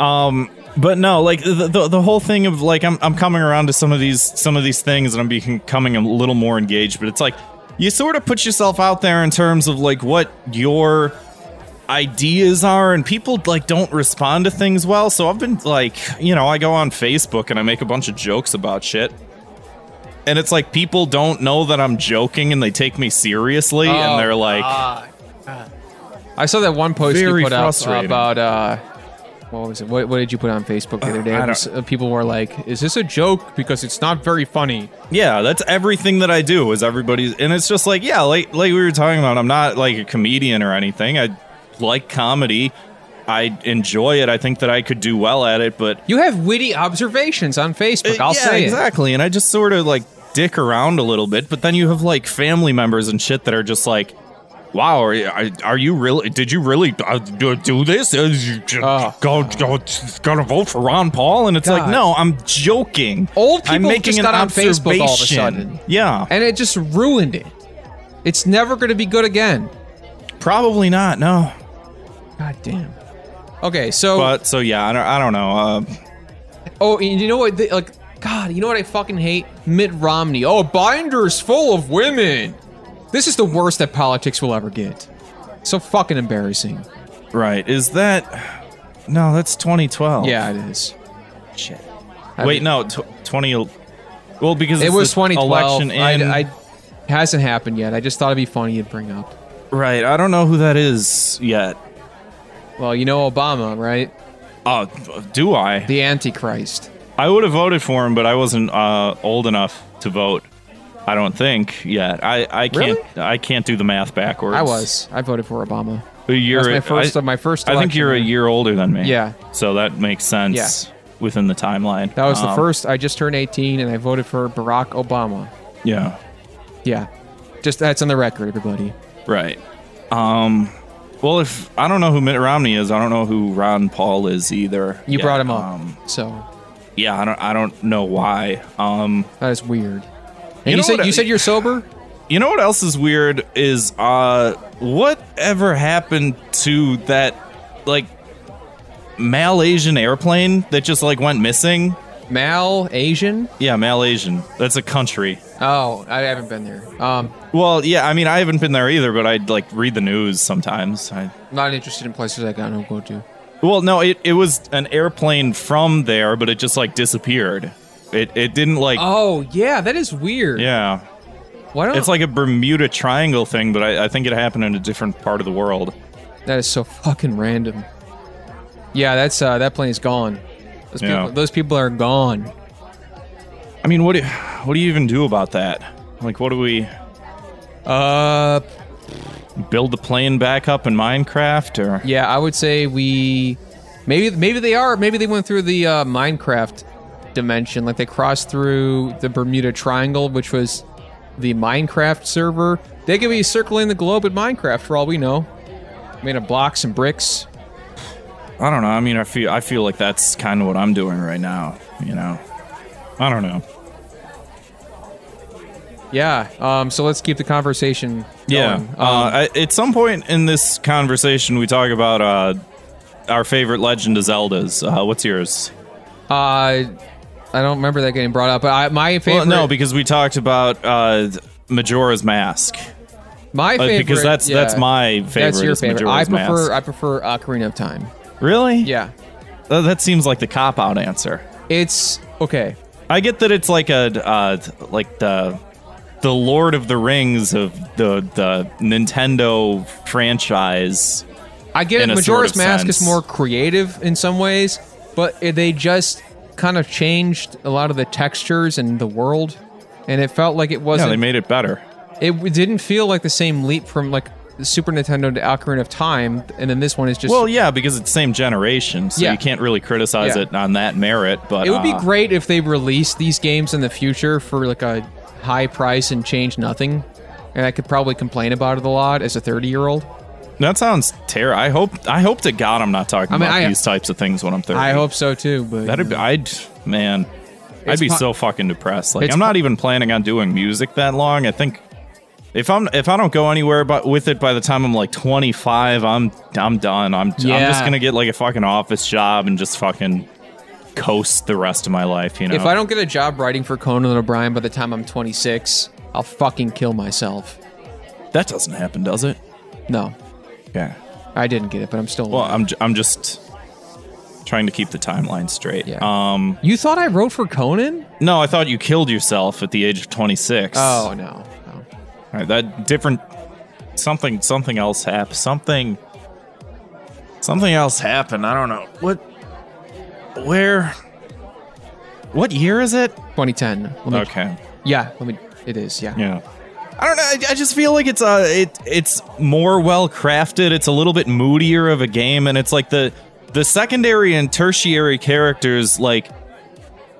S2: Um, but no, like the, the the whole thing of like I'm I'm coming around to some of these some of these things and I'm becoming a little more engaged. But it's like you sort of put yourself out there in terms of like what your ideas are and people like don't respond to things well so i've been like you know i go on facebook and i make a bunch of jokes about shit and it's like people don't know that i'm joking and they take me seriously
S1: Oh,
S2: and they're like
S1: I saw that one post you
S2: ah, Very
S1: put up
S2: frustrating.
S1: about uh, what was it? What, what did you put on Facebook the other day?
S2: I
S1: It
S2: don't-
S1: was- uh, people were like, "Is this a joke? Because it's not very funny."
S2: Yeah, that's everything that I do is everybody's and it's just like, yeah, like like we were talking about, I'm not like a comedian or anything. I like comedy. I enjoy it. I think that I could do well at it, but
S1: You have witty observations on Facebook.
S2: Uh,
S1: I'll
S2: yeah,
S1: say it.
S2: exactly. And I just sort of like dick around a little bit, but then you have like family members and shit that are just like, "Wow, are you, are, are you really? Did you really uh, do, do this? Uh, you ju-
S1: Oh.
S2: go, go, gonna vote for Ron Paul?" And it's like,
S1: God.
S2: "No, I'm joking.
S1: Old
S2: I'm
S1: people
S2: making
S1: just
S2: an
S1: got on Facebook all of a
S2: observation."
S1: sudden.
S2: Yeah,
S1: And it just ruined it. It's never going to be good again.
S2: probably not. No,
S1: God damn. Okay, so
S2: but so yeah, I don't, I don't know. Uh,
S1: oh, and you know what? They, like, God, you know what I fucking hate? Mitt Romney. Oh, binders full of women. This is the worst that politics will ever get. So fucking embarrassing.
S2: right? Is that? No, that's 2012.
S1: Yeah, it is.
S2: Shit.
S1: I
S2: Wait,
S1: mean-
S2: no, tw 20. Well, because
S1: It
S2: it's
S1: was
S2: the
S1: 2012.
S2: Election in
S1: I, I hasn't happened yet. I just thought it'd be funny to bring up.
S2: Right. I don't know who that is yet.
S1: Well, you know Obama, right?
S2: Uh, do I?
S1: The Antichrist.
S2: I would have voted for him, but I wasn't uh, old enough to vote. I don't think yet. I, I can't I can't do the math backwards.
S1: I was. I voted for Obama.
S2: You're
S1: That's my first
S2: I,
S1: of my first.
S2: I think
S1: election.
S2: you're a year older than me.
S1: Yeah.
S2: So that makes sense.
S1: Yeah.
S2: Within the timeline.
S1: That was the
S2: Um,
S1: first. I just turned 18, and I voted for Barack Obama.
S2: Yeah.
S1: Yeah, just that's on the record, everybody.
S2: Right. Um. Well, if I don't know who Mitt Romney is, I don't know who Ron Paul is either.
S1: You
S2: yet.
S1: brought him up,
S2: Um,
S1: so
S2: yeah. I don't. I don't know why. Um.
S1: that is weird. And you,
S2: know
S1: said
S2: what-
S1: you said you're sober.
S2: You know what else is weird is uh whatever happened to that like Malaysian airplane that just like went missing?
S1: Mal Asian.
S2: Yeah, Malaysian. That's a country.
S1: Oh, I haven't been there. Um,
S2: Well, yeah, I mean I haven't been there either, but I like read the news sometimes. I
S1: not interested in places I gotta go to.
S2: Well, no, it, it was an airplane from there, but it just like disappeared. It it didn't like
S1: Oh yeah, that is weird.
S2: Yeah.
S1: Why don't
S2: It's like a Bermuda Triangle thing, but I, I think it happened in a different part of the world.
S1: That is so fucking random. Yeah, that's uh, that plane is gone. Those people,
S2: Yeah.
S1: those people are gone.
S2: I mean, what do what do you even do about that? Like, what do we
S1: Uh,
S2: build the plane back up in Minecraft or
S1: yeah, I would say we maybe maybe they are maybe they went through the uh, Minecraft dimension, like they crossed through the Bermuda Triangle, which was the Minecraft server. They could be circling the globe in Minecraft for all we know. Made of blocks and bricks.
S2: I don't know. I mean, I feel I feel like that's kind of what I'm doing right now, you know. I don't know.
S1: Yeah. Um. So let's keep the conversation.
S2: Yeah.
S1: Going.
S2: uh, I, at some point in this conversation we talk about uh our favorite legend of Zelda's. Uh, what's yours?
S1: Uh, I don't remember that getting brought up, but I, my favorite.
S2: Well, no, because we talked about uh Majora's Mask.
S1: my
S2: Uh,
S1: favorite
S2: because that's
S1: yeah.
S2: that's my favorite.
S1: That's your
S2: is
S1: favorite. I
S2: Majora's
S1: prefer
S2: Mask.
S1: I prefer Ocarina of Time.
S2: Really?
S1: Yeah,
S2: Uh, that seems like the cop out answer.
S1: it's okay.
S2: I get that it's like a uh, like the the Lord of the Rings of the the Nintendo franchise.
S1: I get it.
S2: In a sort
S1: Majora's
S2: of
S1: Mask is
S2: sense.
S1: more creative in some ways, but it- they just kind of changed a lot of the textures and the world, and it felt like it
S2: Yeah,
S1: wasn't.
S2: they made it better.
S1: it w- didn't feel like the same leap from like Super Nintendo to Ocarina of Time, and then this one is just.
S2: Well, yeah, because it's same generation, so
S1: Yeah.
S2: you can't really criticize
S1: Yeah.
S2: it on that merit. But
S1: It would be
S2: uh,
S1: great if they released these games in the future for like a high price and change nothing. And I could probably complain about it a lot as a 30 year old.
S2: That sounds terrible. I hope. I hope to God I'm not talking
S1: I mean,
S2: about
S1: I-
S2: these types of things when I'm 30.
S1: I hope so too, but
S2: that'd be. I'd man. I'd
S1: It's
S2: be
S1: po-
S2: so fucking depressed. Like
S1: It's
S2: I'm not
S1: po-
S2: even planning on doing music that long. I think if I'm if I don't go anywhere but with it by the time I'm like 25, I'm I'm done. I'm I'm
S1: Yeah.
S2: just gonna get like a fucking office job and just fucking coast the rest of my life. You know.
S1: if I don't get a job writing for Conan O'Brien by the time I'm 26, I'll fucking kill myself.
S2: that doesn't happen, does it?
S1: No,
S2: Yeah.
S1: I didn't get it, but I'm still.
S2: Well, I'm j- I'm just trying to keep the timeline straight.
S1: Yeah.
S2: Um.
S1: you thought I wrote for Conan?
S2: No, I thought you killed yourself at the age of 26.
S1: Oh, no. no.
S2: All right, that different something something else happened. Something something else happened. I don't know. What Where? What year is it?
S1: 2010. Let me,
S2: Okay.
S1: Yeah, let me. It is. Yeah.
S2: Yeah. I don't know. I, I just feel like it's uh, it it's more well crafted. It's a little bit moodier of a game, and it's like the the secondary and tertiary characters like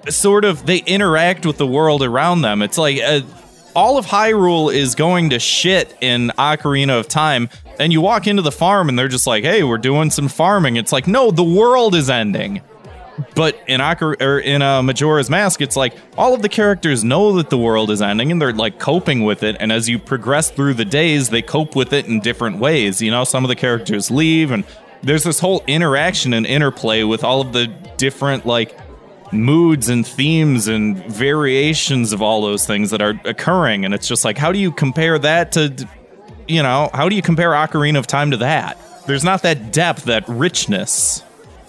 S2: sort of they interact with the world around them. It's like uh, all of Hyrule is going to shit in Ocarina of Time, and you walk into the farm, and they're just like, "Hey, we're doing some farming." It's like, no, the world is ending. But in Ocar- or in uh, Majora's Mask, it's like all of the characters know that the world is ending and they're like coping with it. And as you progress through the days, they cope with it in different ways. You know, some of the characters leave, and there's this whole interaction and interplay with all of the different like moods and themes and variations of all those things that are occurring. And it's just like, how do you compare that to, you know, how do you compare Ocarina of Time to that? There's not that depth, that richness.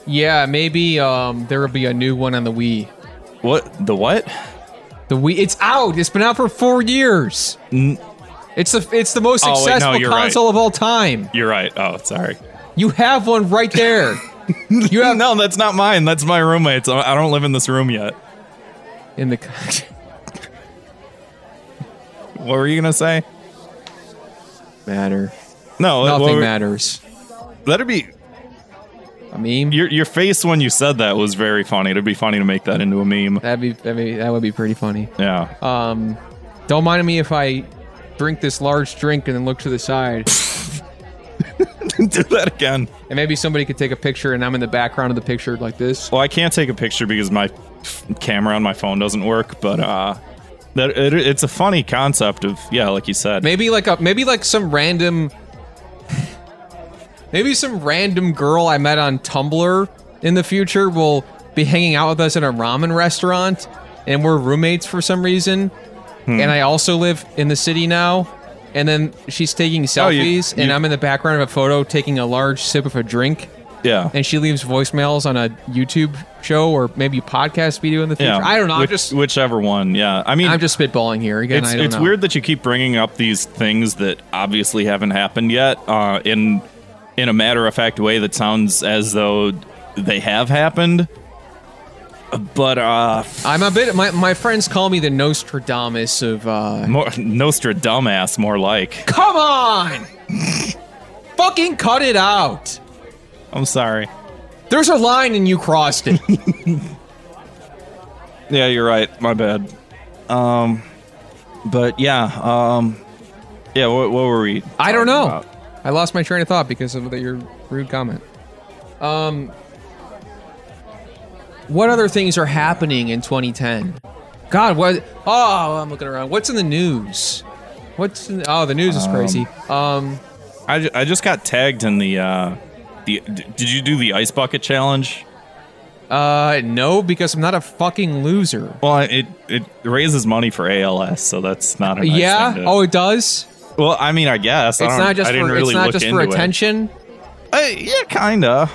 S1: Yeah, maybe um, there will be a new one on the Wii.
S2: What the what?
S1: The Wii. It's out. It's been out for four years. It's the it's the most
S2: Oh, wait, no,
S1: successful
S2: you're right.
S1: console of all time.
S2: You're right. Oh, sorry.
S1: You have one right there. you have
S2: No, that's not mine. That's my roommate's. I I don't live in this room yet.
S1: in the. con-
S2: What were you gonna say?
S1: Matter.
S2: No, what
S1: Nothing
S2: were-
S1: matters.
S2: That'd be
S1: A meme.
S2: your your face when you said that was very funny. It'd be funny to make that into a meme.
S1: That'd be, that'd be that would be pretty funny.
S2: Yeah.
S1: Um, don't mind me if I drink this large drink and then look to the side,
S2: Do that again.
S1: and maybe somebody could take a picture, and I'm in the background of the picture like this.
S2: Well, I can't take a picture because my f- camera on my phone doesn't work. But uh, that it, it's a funny concept of yeah, like you said.
S1: Maybe like a maybe like some random maybe some random girl I met on Tumblr in the future will be hanging out with us at a ramen restaurant and we're roommates for some reason.
S2: Hmm.
S1: And I also live in the city now. And then she's taking selfies
S2: Oh, you-
S1: and
S2: you-
S1: I'm in the background of a photo taking a large sip of a drink
S2: yeah.
S1: and she leaves voicemails on a YouTube show or maybe podcast video in the future.
S2: yeah.
S1: I don't know.
S2: Which-
S1: I'm just
S2: whichever one. Yeah. I mean,
S1: I'm just spitballing here again.
S2: it's
S1: I don't
S2: it's
S1: know.
S2: weird that you keep bringing up these things that obviously haven't happened yet uh, in in a matter of fact way that sounds as though they have happened. But uh,
S1: I'm a bit. My, my friends call me the Nostradamus of. uh
S2: more, Nostra dumbass, more like.
S1: Come on! Fucking cut it out!
S2: I'm sorry.
S1: There's a line and you crossed it.
S2: Yeah, you're right. My bad. Um, but yeah, um, yeah. What, what were we?
S1: I don't know.
S2: talking about?
S1: I lost my train of thought because of the, your rude comment. Um, what other things are happening in 2010? God, what? Oh, I'm looking around. What's in the news? What's in, oh the news is crazy. Um,
S2: I, ju- I just got tagged in the uh, the. d- Did you do the ice bucket challenge?
S1: uh, no, because I'm not a fucking loser.
S2: Well, it it raises money for ALS, so that's not a nice
S1: yeah.
S2: thing to-
S1: Oh, it does.
S2: well, I mean, I guess I
S1: It's
S2: don't-
S1: not just
S2: I
S1: for
S2: didn't really
S1: it's not
S2: look
S1: just for
S2: into it.
S1: attention,
S2: Uh, yeah, kinda.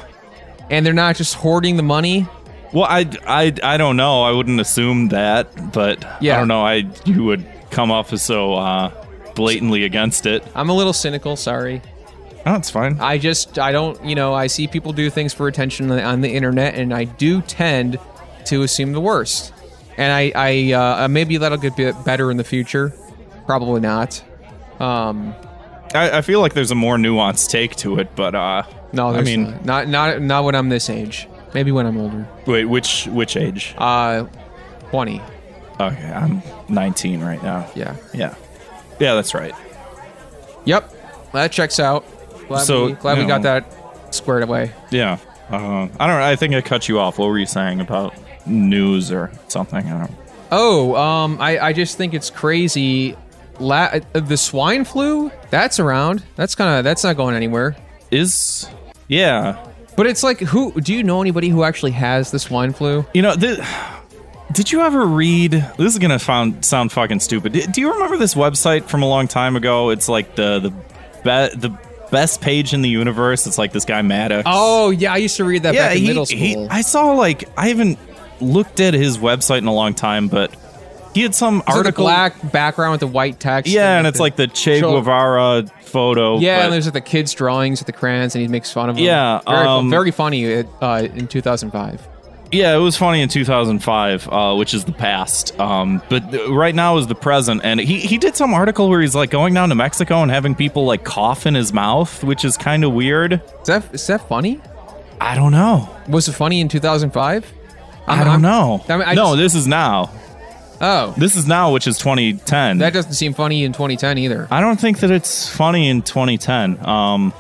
S1: and they're not just hoarding the money.
S2: Well, I, I I don't know. I wouldn't assume that, but
S1: Yeah.
S2: I don't know. I you would come off as so uh, blatantly against it.
S1: I'm a little cynical. Sorry.
S2: Oh, it's fine.
S1: I just I don't you know I see people do things for attention on- on the internet, and I do tend to assume the worst. And I I uh, uh, maybe that'll get bit better in the future. Probably not. Um,
S2: I, I feel like there's a more nuanced take to it, but uh,
S1: no,
S2: I
S1: there's
S2: mean,
S1: not. not not not when I'm this age. Maybe when I'm older.
S2: wait, which which age?
S1: Uh, twenty.
S2: Okay, I'm 19 right now.
S1: Yeah.
S2: yeah, yeah. That's right.
S1: Yep. That checks out. Glad
S2: So,
S1: we, glad
S2: you
S1: we got
S2: know-
S1: that squared away.
S2: Yeah. Uh, I don't. know. I think I cut you off. What were you saying about news or something? I don't.
S1: Oh, um, I, I just think it's crazy. La- uh, the swine flu that's around. That's kind of that's not going anywhere.
S2: Is yeah.
S1: But it's like, who do you know anybody who actually has the swine flu?
S2: You know, th- did you ever read? This is gonna sound sound fucking stupid. Do, do you remember this website from a long time ago? It's like the the be- the best page in the universe. It's like this guy Maddox.
S1: Oh yeah, I used to read that back in
S2: he-
S1: middle
S2: he-
S1: school.
S2: I saw like I haven't looked at his website in a long time, but he had some
S1: It's like
S2: article.
S1: the black background with the white text.
S2: yeah, and it's
S1: the-
S2: like the Che
S1: Sure.
S2: Guevara photo.
S1: yeah,
S2: but-
S1: and there's like the kids' drawings with the crayons, and he makes fun of them.
S2: Yeah,
S1: very, uh, fu-
S2: um,
S1: very funny. It, uh, in 2005,
S2: yeah, it was funny in 2005, uh, which is the past. Um, but th- right now is the present. And he, he did some article where he's like going down to Mexico and having people like cough in his mouth, which is kind of weird.
S1: Is that is that funny?
S2: I don't know.
S1: Was it funny in 2005?
S2: I don't know.
S1: I mean, I
S2: no,
S1: just-
S2: this is now.
S1: Oh,
S2: This is now, which is 2010.
S1: that doesn't seem funny in 2010 either.
S2: I don't think that it's funny in 2010. Um,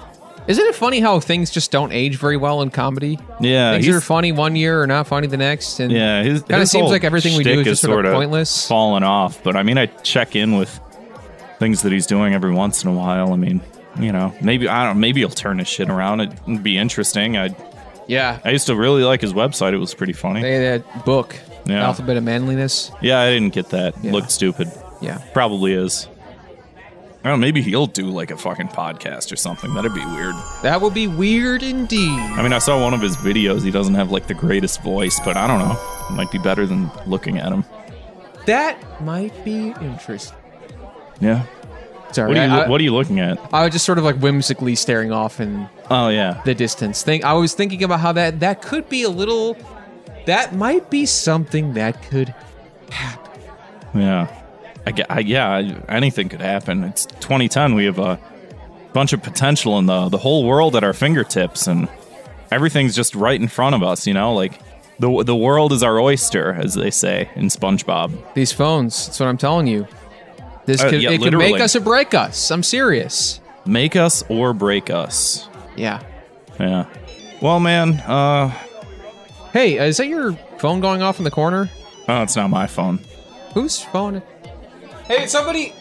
S1: Isn't it funny how things just don't age very well in comedy?
S2: yeah,
S1: Things
S2: Uh, he's-
S1: are funny one year or not funny the next, and
S2: yeah, his
S1: Kinda
S2: his
S1: seems
S2: whole
S1: like everything we do
S2: shtick
S1: is just sorta
S2: sorta
S1: pointless.
S2: fallen off. But I mean, I check in with things that he's doing every once in a while. I mean, you know, maybe I don't. Maybe he'll turn his shit around. It'd be interesting. I
S1: yeah.
S2: I used to really like his website. It was pretty funny.
S1: They had that book,
S2: Yeah.
S1: Alphabet of Manliness.
S2: yeah, I didn't get that.
S1: Yeah.
S2: Looked stupid.
S1: Yeah,
S2: Probably is. I don't know, maybe he'll do like a fucking podcast or something. That'd be weird.
S1: that would be weird indeed.
S2: I mean, I saw one of his videos. He doesn't have like the greatest voice, but I don't know. It might be better than looking at him.
S1: That might be interesting.
S2: Yeah.
S1: Sorry,
S2: What are you
S1: I, I-
S2: What are you looking at?
S1: I was just sort of like whimsically staring off in
S2: Oh yeah.
S1: the distance. Thing I was thinking about how that that could be a little. That might be something that could.
S2: Yeah. I, ge- I, yeah, I- anything could happen. It's 2010. We have a bunch of potential in the the whole world at our fingertips, and everything's just right in front of us. You know, like the the world is our oyster, as they say in SpongeBob.
S1: These phones. That's what I'm telling you. This
S2: Uh,
S1: could
S2: yeah,
S1: it could
S2: literally.
S1: make us or break us. I'm serious.
S2: Make us or break us.
S1: Yeah.
S2: Yeah. Well, man. Uh,
S1: Hey, uh, is that your phone going off in the corner?
S2: oh, it's not my phone.
S1: Whose phone? Hey, somebody.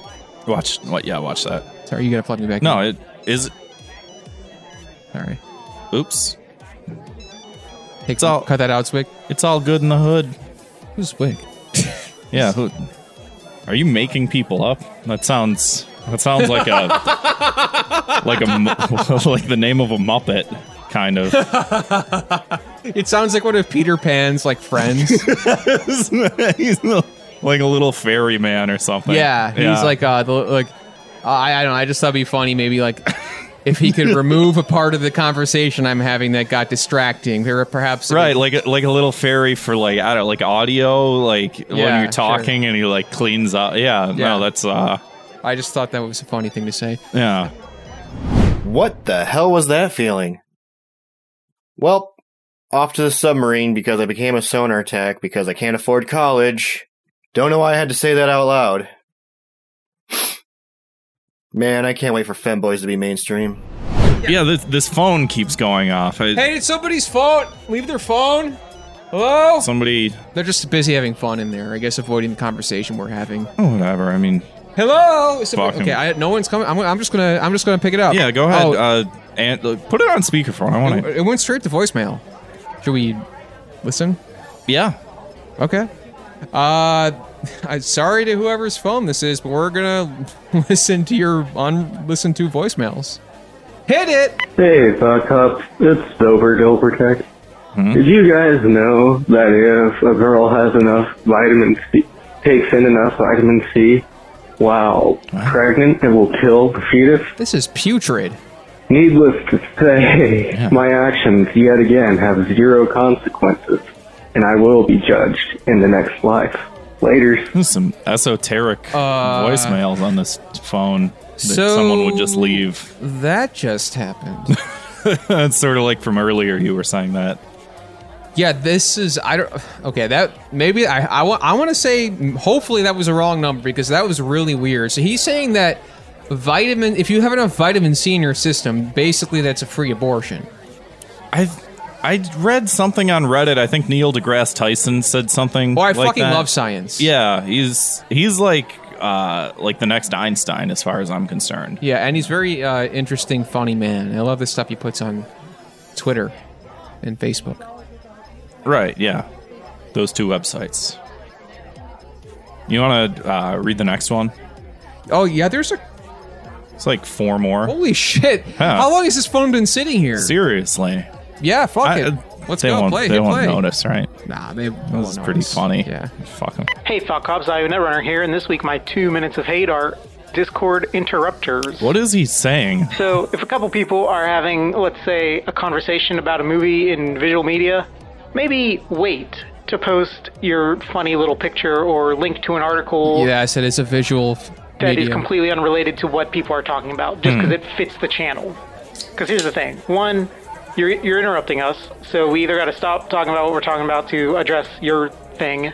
S2: Watch. What? Yeah, watch that.
S1: Sorry, you gotta plug me back.
S2: No, it is.
S1: in. sorry.
S2: Oops.
S1: Take,
S2: It's all-
S1: cut that out, Swig.
S2: It's all good in the hood.
S1: Who's Swig?
S2: Yeah. Who, are you making people up? That sounds. That sounds like a like a mu- like the name of a Muppet kind of.
S1: It sounds like one of Peter Pan's like friends.
S2: he's a- like a little fairy man or something.
S1: Yeah, he's like uh, the, like uh, I I don't know. I just thought it'd be funny. Maybe like if he could remove a part of the conversation I'm having that got distracting. There perhaps
S2: right, like a, like a little fairy for like I don't know, like audio, like
S1: Yeah,
S2: when
S1: sure.
S2: you're talking and he like cleans up. Yeah,
S1: Yeah.
S2: No, that's uh.
S1: I just thought that was a funny thing to say.
S2: Yeah.
S8: What the hell was that feeling? Well, off to the submarine because I became a sonar tech because I can't afford college. Don't know why I had to say that out loud. Man, I can't wait for femboys to be mainstream.
S2: Yeah. This this phone keeps going off. I,
S1: Hey, it's somebody's phone. Leave their phone. Hello.
S2: Somebody.
S1: They're just busy having fun in there. I guess avoiding the conversation we're having.
S2: Oh, whatever. I mean,
S1: Hello. Is somebody-
S2: Fuck 'em.
S1: okay. I, no one's coming. I'm, I'm just gonna. I'm just gonna pick it up.
S2: yeah. Go ahead.
S1: Oh,
S2: uh, and uh, put it on speakerphone. I want to.
S1: it, it went straight to voicemail. Should we listen?
S2: Yeah.
S1: Okay. Uh, I'm sorry to whoever's phone this is, but we're gonna listen to your unlistened to voicemails. Hit it.
S9: Hey, Thought Cup. It's Dober Dilpertech. Did you guys know that if a girl has enough vitamin C, takes in enough vitamin C while pregnant, it will kill the fetus?
S1: This is putrid.
S9: Needless to say, my actions yet again have zero consequences, and I will be judged in the next life. Later.
S2: There's some esoteric Uh, voicemails on this phone that
S1: so-
S2: someone would just leave.
S1: That just happened.
S2: it's sort of like from earlier you were saying that.
S1: yeah, this is I don't. Okay, that maybe I I, wa- I want to say hopefully that was a wrong number because that was really weird. So he's saying that vitamin if you have enough vitamin C in your system, basically that's a free abortion.
S2: I I read something on Reddit. I think Neil deGrasse Tyson said something.
S1: Oh, I
S2: like
S1: fucking
S2: that.
S1: love science.
S2: Yeah, he's he's like uh like the next Einstein as far as I'm concerned.
S1: Yeah, and he's very uh, interesting, funny man. I love the stuff he puts on Twitter and Facebook.
S2: Right, yeah. Those two websites. You want to uh, read the next one?
S1: Oh yeah, there's a
S2: It's like four more.
S1: holy shit.
S2: Huh.
S1: How long has this phone been sitting here?
S2: Seriously.
S1: Yeah, fuck
S2: I- uh,
S1: it. Let's
S2: they
S1: go
S2: won't,
S1: play.
S2: They
S1: hit
S2: won't
S1: play.
S2: notice, right?
S1: Nah, they.
S2: That was pretty funny.
S1: Yeah.
S2: Fuck 'em.
S10: Hey, Thought Cops, I am Netrunner here, and this week my two minutes of hate are Discord interrupters.
S2: What is he saying?
S10: So, if a couple people are having, let's say, a conversation about a movie in visual media, maybe wait to post your funny little picture or link to an article
S1: Yeah, I said it's a visual f-
S10: that is
S1: medium.
S10: completely unrelated to what people are talking about just because it fits the channel. Because here's the thing one, you're, you're interrupting us, so we either got to stop talking about what we're talking about to address your thing,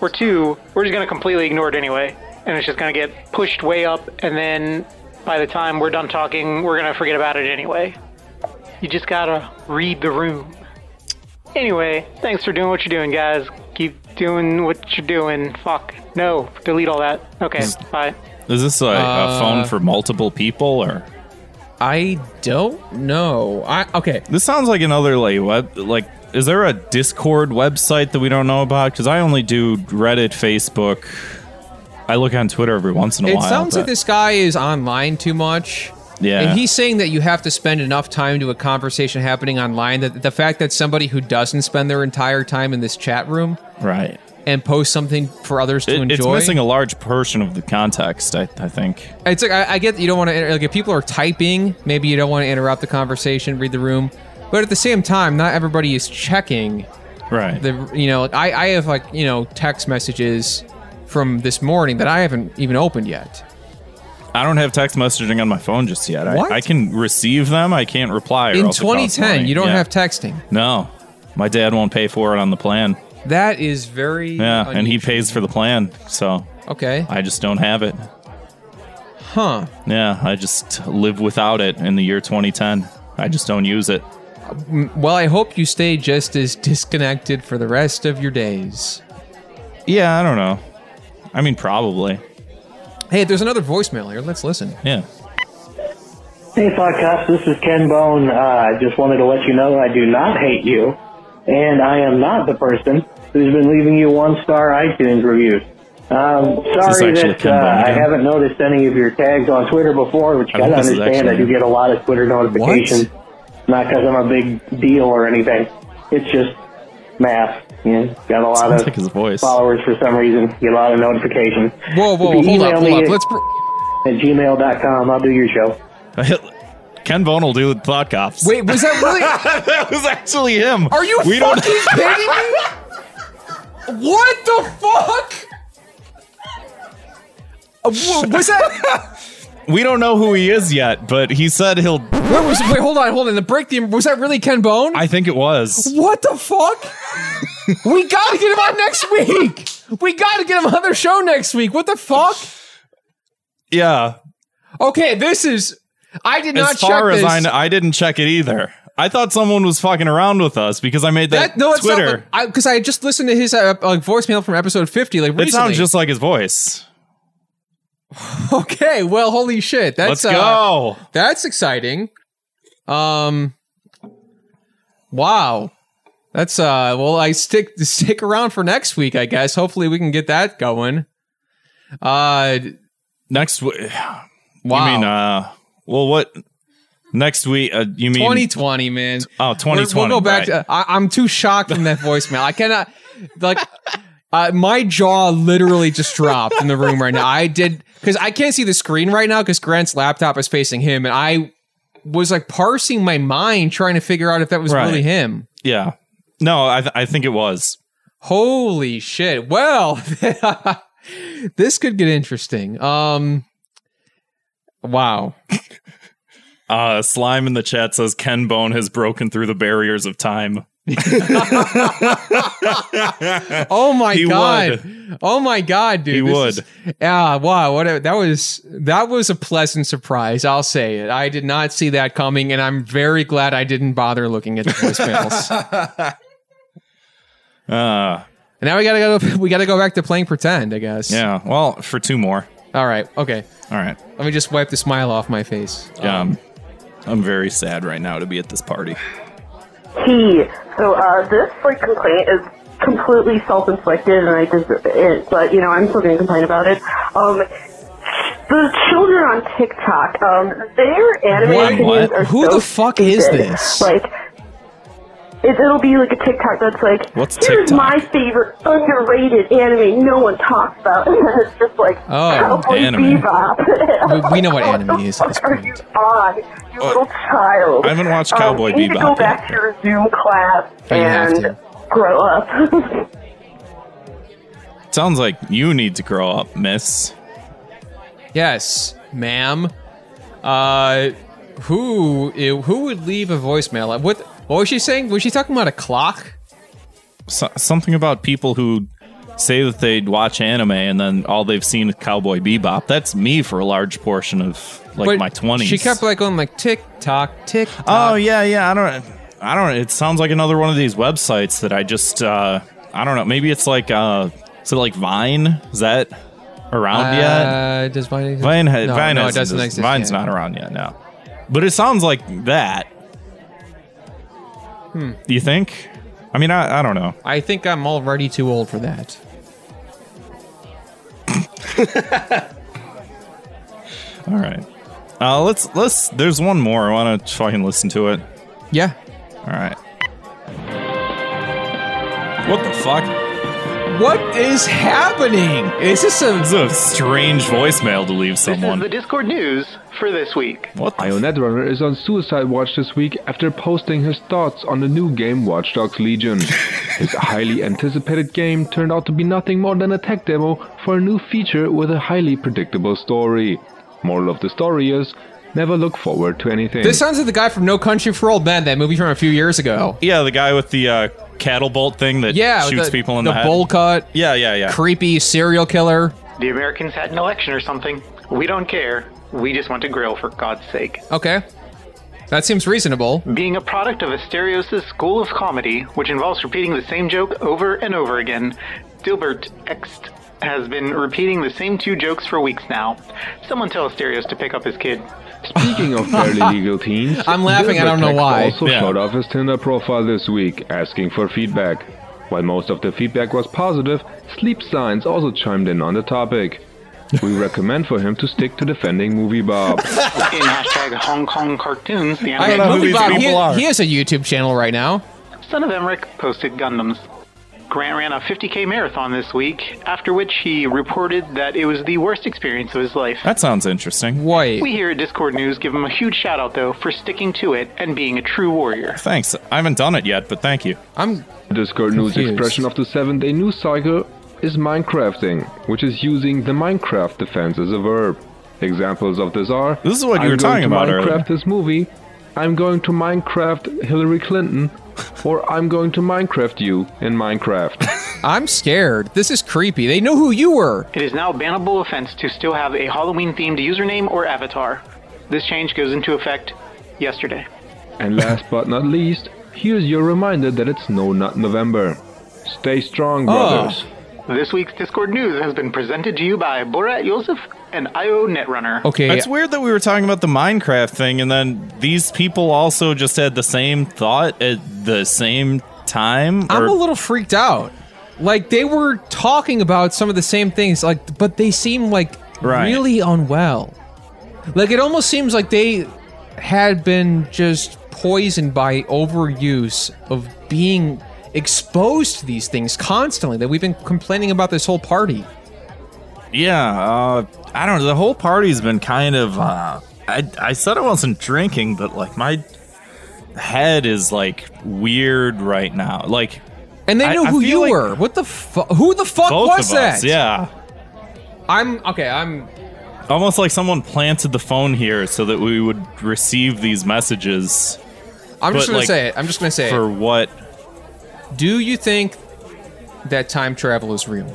S10: or two, we're just going to completely ignore it anyway, and it's just going to get pushed way up, and then by the time we're done talking, we're going to forget about it anyway. You just got to read the room. Anyway, thanks for doing what you're doing, guys. Keep doing what you're doing. Fuck. No, delete all that. Okay, bye.
S2: Is this a,
S1: Uh,
S2: a phone for multiple people or?
S1: I don't know. I okay.
S2: This sounds like another like web like. Is there a Discord website that we don't know about? Because I only do Reddit, Facebook. I look on Twitter every once in a
S1: It
S2: while.
S1: sounds like
S2: but-
S1: this guy is online too much.
S2: Yeah.
S1: And he's saying that you have to spend enough time to a conversation happening online that the fact that somebody who doesn't spend their entire time in this chat room
S2: right.
S1: and post something for others to
S2: It,
S1: enjoy.
S2: it's missing a large portion of the context. I, I think.
S1: It's like I, I get that you don't want to inter- like if people are typing, maybe you don't want to interrupt the conversation, read the room, but at the same time, not everybody is checking
S2: Right.
S1: the you know like, I I have like you know text messages from this morning that I haven't even opened yet.
S2: I don't have text messaging on my phone just yet.
S1: What?
S2: I, I can receive them. I can't reply. Or
S1: In
S2: else it costs
S1: 2010,
S2: money.
S1: you don't
S2: Yeah.
S1: have texting.
S2: No, my dad won't pay for it on the plan.
S1: That is very
S2: Yeah, and he
S1: unusual.
S2: pays for the plan, so
S1: Okay,
S2: I just don't have it.
S1: huh?
S2: Yeah, I just live without it in the year 2010. I just don't use it.
S1: Well, I hope you stay just as disconnected for the rest of your days.
S2: Yeah, I don't know. I mean, probably.
S1: Hey, there's another voicemail here. Let's listen.
S2: Yeah.
S9: Hey, Podcast, this is Ken Bone. Uh, I just wanted to let you know I do not hate you, and I am not the person who's been leaving you one star iTunes reviews.
S2: Is
S9: Um,
S2: this
S9: sorry
S2: actually
S9: that uh,
S2: Ken Bone
S9: I
S2: again?
S9: haven't noticed any of your tags on Twitter before, which you
S2: I think
S9: gotta
S2: this is
S9: understand. I
S2: actually-
S9: do get a lot of Twitter notifications, not because I'm a big deal or anything. It's just math. You know, got a lot
S2: Sounds
S9: of
S2: like his voice.
S9: followers for some reason. Get a lot of notifications.
S1: Whoa, whoa,
S9: If you
S1: hold up,
S9: email
S1: hold
S9: me
S1: up.
S9: at-
S1: Let's. Br-
S9: at gmail.com. I'll do your show.
S2: Ken Bone will do Thought Cops.
S1: Wait, was that really?
S2: that was actually him.
S1: Are you
S2: we
S1: fucking
S2: don't,
S1: kidding me? What the fuck? Uh, wha- Was that?
S2: We don't know who he is yet, but he said he'll.
S1: Where was? Wait, hold on, hold on. The break. The, was that really Ken Bone?
S2: I think it was.
S1: what the fuck? we gotta get him on next week. We gotta get him on their show next week. What the fuck?
S2: Yeah.
S1: Okay, this is. I did not
S2: as far
S1: check
S2: as
S1: this.
S2: I know, I didn't check it either. I thought someone was fucking around with us because I made that,
S1: that, no, it's
S2: Twitter.
S1: not. Because I, had just listened to his uh, like voicemail from episode fifty. Like recently.
S2: it sounds just like his voice.
S1: okay. Well, holy shit. That's
S2: Let's
S1: Uh,
S2: go.
S1: That's exciting. Um Wow. That's uh well I stick stick around for next week, I guess. Hopefully we can get that going. Uh
S2: Next week.
S1: wow.
S2: You mean, uh, well, what? Next week, uh, you mean.
S1: 2020, man.
S2: oh,
S1: We're-
S2: 2020.
S1: We'll go back
S2: right.
S1: to uh, I, I'm too shocked from that voicemail. I cannot like uh, my jaw literally just dropped in the room right now. I did because I can't see the screen right now because Grant's laptop is facing him, and I was like parsing my mind trying to figure out if that was
S2: Right.
S1: really him.
S2: Yeah. No, I, th- I think it was.
S1: Holy shit. Well, this could get interesting. Um wow.
S2: Uh, Slime in the chat says Ken Bone has broken through the barriers of time.
S1: Oh my
S2: He
S1: god. Oh my god, dude.
S2: He
S1: This
S2: would.
S1: is- yeah, wow. What a, that was that was a pleasant surprise, I'll say it. I did not see that coming and I'm very glad I didn't bother looking at the voicemails.
S2: Uh,
S1: and now we got to go we got to go back to playing pretend, I guess.
S2: yeah. Well, for two more.
S1: All right. Okay.
S2: All right.
S1: Let me just wipe the smile off my face.
S2: Yeah, I'm, I'm very sad right now to be at this party.
S11: He. So uh, this like complaint is completely self-inflicted, and I deserve it. But you know, I'm still gonna complain about it. Um, the children on TikTok, um, their anime
S1: What?
S11: opinions
S2: What?
S11: are
S1: Who
S11: so
S1: the fuck is
S11: stupid.
S1: this?
S11: Like. It, it'll be like a TikTok that's like,
S2: What's
S11: here's
S2: TikTok?
S11: my favorite underrated anime no one talks about, and then it's just like,
S1: Oh,
S11: Cowboy
S2: anime.
S11: Bebop.
S1: We- we know what
S11: What the
S1: anime is at this
S11: fuck Are
S1: point. Oh,
S11: you on, you little child?
S2: I haven't watched Cowboy
S11: um, you need to
S2: Bebop
S11: go
S2: yet.
S11: back to your Zoom class
S1: Oh, you have
S11: and
S1: to.
S11: grow up.
S2: Sounds like you need to grow up, miss.
S1: Yes, ma'am. Uh, who ew, who would leave a voicemail? Uh, What what was she saying? Was she talking about a clock?
S2: So- something about people who say that they'd watch anime and then all they've seen is Cowboy Bebop. That's me for a large portion of like
S1: But
S2: my 20s.
S1: She kept like going like tick tock tick.
S2: Oh yeah, yeah. I don't. I don't. It sounds like another one of these websites that I just. uh I don't know. Maybe it's like. uh Is it like Vine? Is that around yet?
S1: Uh, does Vine exist?
S2: Vine. ha-
S1: no,
S2: Vine
S1: no, it
S2: hasn't
S1: doesn't
S2: just-
S1: exist.
S2: Vine's
S1: yet.
S2: not around yet. No. But it sounds like that. Hmm. Do you think? I mean, I, I don't know.
S1: I think I'm already too old for that.
S2: All right. Uh, let's let's. There's one more. I want to fucking listen to it.
S1: Yeah.
S2: All right. What the fuck?
S1: What is happening? Is this
S2: It's
S1: a
S2: a strange voicemail to leave
S10: This is the
S2: someone.
S10: Discord news for this week.
S2: What the
S12: Netrunner is on suicide watch this week after posting his thoughts on the new game Watch Dogs Legion. his highly anticipated game turned out to be nothing more than a tech demo for a new feature with a highly predictable story. Moral of the story is never look forward to anything.
S1: this sounds like the guy from No Country for Old Men, that movie from a few years ago.
S2: Yeah, the guy with the uh, cattle bolt thing that
S1: Yeah, with
S2: shoots
S1: the,
S2: people in the,
S1: the
S2: head.
S1: bowl cut,
S2: Yeah, yeah, yeah.
S1: creepy serial killer.
S10: The Americans had an election or something. We don't care. We just want to grill for God's sake.
S1: Okay, that seems reasonable.
S10: Being a product of Asterios' school of comedy, which involves repeating the same joke over and over again, Dilbert Ext has been repeating the same two jokes for weeks now. Someone tell Asterios to pick up his kid.
S12: Speaking of fairly legal teens,
S1: I'm laughing, I don't know
S12: Dilbert
S1: why.
S12: Also
S2: Yeah.
S12: showed off his Tinder profile this week, asking for feedback. While most of the feedback was positive, Sleep Science also chimed in on the topic. We recommend for him to stick to defending Movie Bob.
S10: In hashtag Hong Kong cartoons, the
S1: I
S10: anime
S2: know who
S1: Movie
S2: these
S1: Bob,
S2: people
S1: he,
S2: are.
S1: he has a YouTube channel right now.
S10: Son of Emmerich posted Gundams. Grant ran a 50k marathon this week, after which he reported that it was the worst experience of his life.
S2: That sounds interesting.
S1: Wait,
S10: We here at Discord News give him a huge shout out though for sticking to it and being a true warrior.
S2: Thanks. I haven't done it yet, but thank you.
S1: I'm
S12: Discord News
S1: Confused.
S12: expression of the seven day news cycle is Minecrafting, which is using the Minecraft defense as a verb. Examples of this are
S2: This is what you
S12: I'm
S2: were
S12: going
S2: talking
S12: to
S2: about
S12: Minecraft
S2: earlier.
S12: this movie, I'm going to Minecraft Hillary Clinton, or I'm going to Minecraft you in Minecraft.
S1: I'm scared. This is creepy. They know who you were.
S10: It is now a bannable offense to still have a Halloween themed username or avatar. This change goes into effect yesterday.
S12: and last but not least, here's your reminder that it's No Nut November. Stay
S2: Oh.
S12: strong, brothers.
S10: This week's Discord News has been presented to you by Borat Yosef and IO Netrunner.
S1: Okay,
S2: It's weird that we were talking about the Minecraft thing, and then these people also just had the same thought at the same time.
S1: I'm
S2: or-
S1: a little freaked out. Like they were talking about some of the same things, like but they seem like
S2: Right.
S1: really unwell. Like it almost seems like they had been just poisoned by overuse of being exposed to these things constantly that we've been complaining about this whole party.
S2: Yeah, uh, I don't know. The whole party's been kind of. Uh, I I said I wasn't drinking, but like my head is like weird right now. Like
S1: And they
S2: I-
S1: knew
S2: I
S1: who
S2: feel
S1: you
S2: like-
S1: were. What the fuck? Who the fuck
S2: both
S1: was
S2: of
S1: that?
S2: us. Yeah,
S1: I'm okay. I'm
S2: almost like someone planted the phone here so that we would receive these messages
S1: I'm
S2: But,
S1: just gonna
S2: like,
S1: say it. I'm just gonna say
S2: for
S1: it.
S2: what?
S1: Do you think that time travel is real?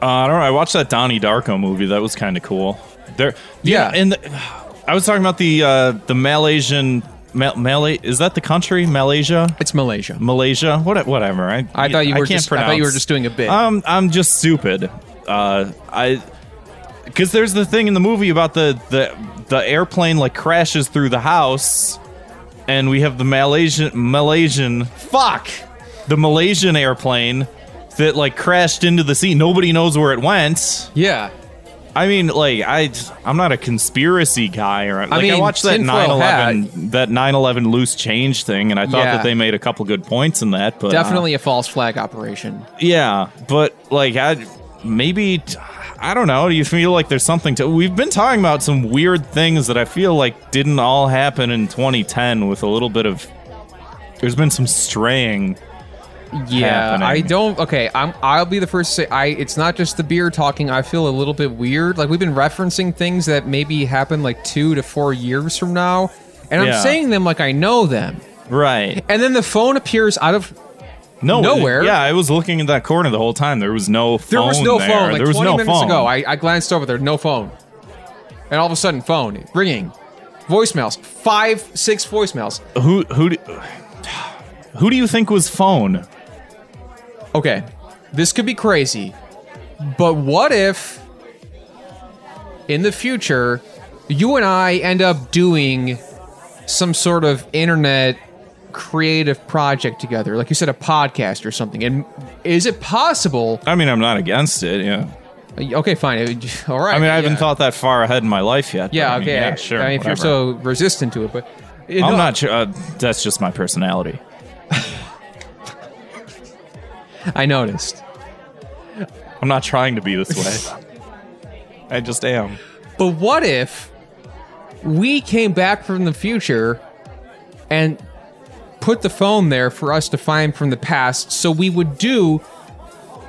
S2: Uh, I don't know. I watched that Donnie Darko movie. That was kind of cool. There,
S1: Yeah.
S2: and the, I was talking about the uh, the Malaysian. Mal- Malay is that the country Malaysia?
S1: It's Malaysia.
S2: Malaysia, what, whatever. I,
S1: I thought you were
S2: can't
S1: just- I thought you were just doing a bit.
S2: Um, I'm just stupid. Uh, I because there's the thing in the movie about the the the airplane like crashes through the house, and we have the Malaysian Malaysian fuck the Malaysian airplane that like crashed into the sea. Nobody knows where it went.
S1: Yeah.
S2: I mean, like I I'm not a conspiracy guy or like I,
S1: mean,
S2: watched that
S1: tinfoil
S2: 9/11 that 9/11 loose change thing, and I thought
S1: Yeah.
S2: that they made a couple good points in that, but uh,
S1: Definitely a false flag operation.
S2: yeah, but like I maybe I don't know. Do you feel like there's something to? We've been talking about some weird things that I feel like didn't all happen in 2010 with a little bit of. There's been some straying
S1: Yeah,
S2: happening.
S1: I don't. Okay, I'm. I'll be the first to say. I. It's not just the beer talking. I feel a little bit weird. Like we've been referencing things that maybe happen like two to four years from now, and
S2: Yeah.
S1: I'm saying them like I know them.
S2: Right.
S1: And then the phone appears out of
S2: No,
S1: nowhere.
S2: Yeah, I was looking in that corner the whole time. There was no phone.
S1: There was no
S2: there.
S1: phone. Like
S2: there was
S1: 20
S2: no
S1: minutes
S2: phone.
S1: ago, I, I glanced over there. No phone. And all of a sudden, phone ringing, voicemails, five, six voicemails.
S2: who who do- who do you think was phone?
S1: Okay, this could be crazy, but what if in the future you and I end up doing some sort of internet creative project together, like you said, a podcast or something? And is it possible?
S2: I mean, I'm not against it. Yeah.
S1: Okay, fine. All right.
S2: I mean, I haven't
S1: yeah.
S2: thought that far ahead in my life yet. but
S1: Yeah,
S2: I
S1: okay.
S2: mean, yeah, sure.
S1: I mean, if you're
S2: whatever.
S1: so resistant to it, but you
S2: I'm
S1: know,
S2: not sure. Uh, that's just my personality.
S1: I noticed.
S2: I'm not trying to be this way. I just am.
S1: But what if we came back from the future and put the phone there for us to find from the past so we would do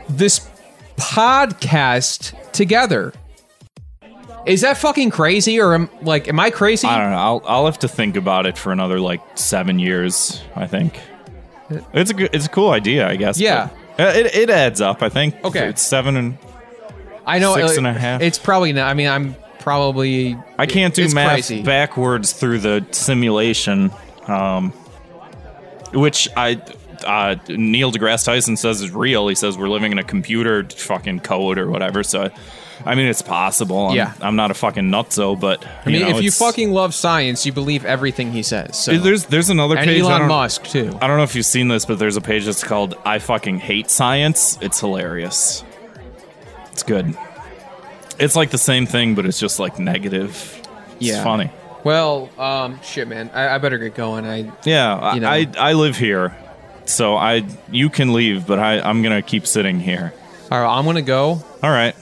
S1: this podcast together? Is that fucking crazy or am like am I crazy?
S2: I don't know. I'll, I'll have to think about it for another like seven years. I think it's a good, it's a cool idea. I guess.
S1: Yeah.
S2: but, uh, it, it adds up. I think.
S1: Okay.
S2: It's seven and
S1: I know
S2: six
S1: uh,
S2: and a half.
S1: It's probably not I mean I'm probably
S2: I can't do
S1: it's
S2: math
S1: crazy.
S2: backwards through the simulation, um, which I uh, Neil deGrasse Tyson says is real. He says we're living in a computer fucking code or whatever. So, I mean, it's possible. I'm,
S1: Yeah.
S2: I'm not a fucking nutso, but
S1: I mean,
S2: know,
S1: if you
S2: it's-
S1: fucking love science, you believe everything he says. So.
S2: there's there's another
S1: and
S2: page. I
S1: Elon
S2: don't-
S1: Musk too.
S2: I don't know if you've seen this, but there's a page that's called "I fucking hate science." It's hilarious. It's good. It's like the same thing, but it's just like negative.
S1: Yeah.
S2: It's funny.
S1: Well, um, shit, man, I, I better get going. I
S2: Yeah, I,
S1: You know.
S2: I I live here, so I you can leave, but I I'm gonna keep sitting here.
S1: all right, I'm gonna go.
S2: All right.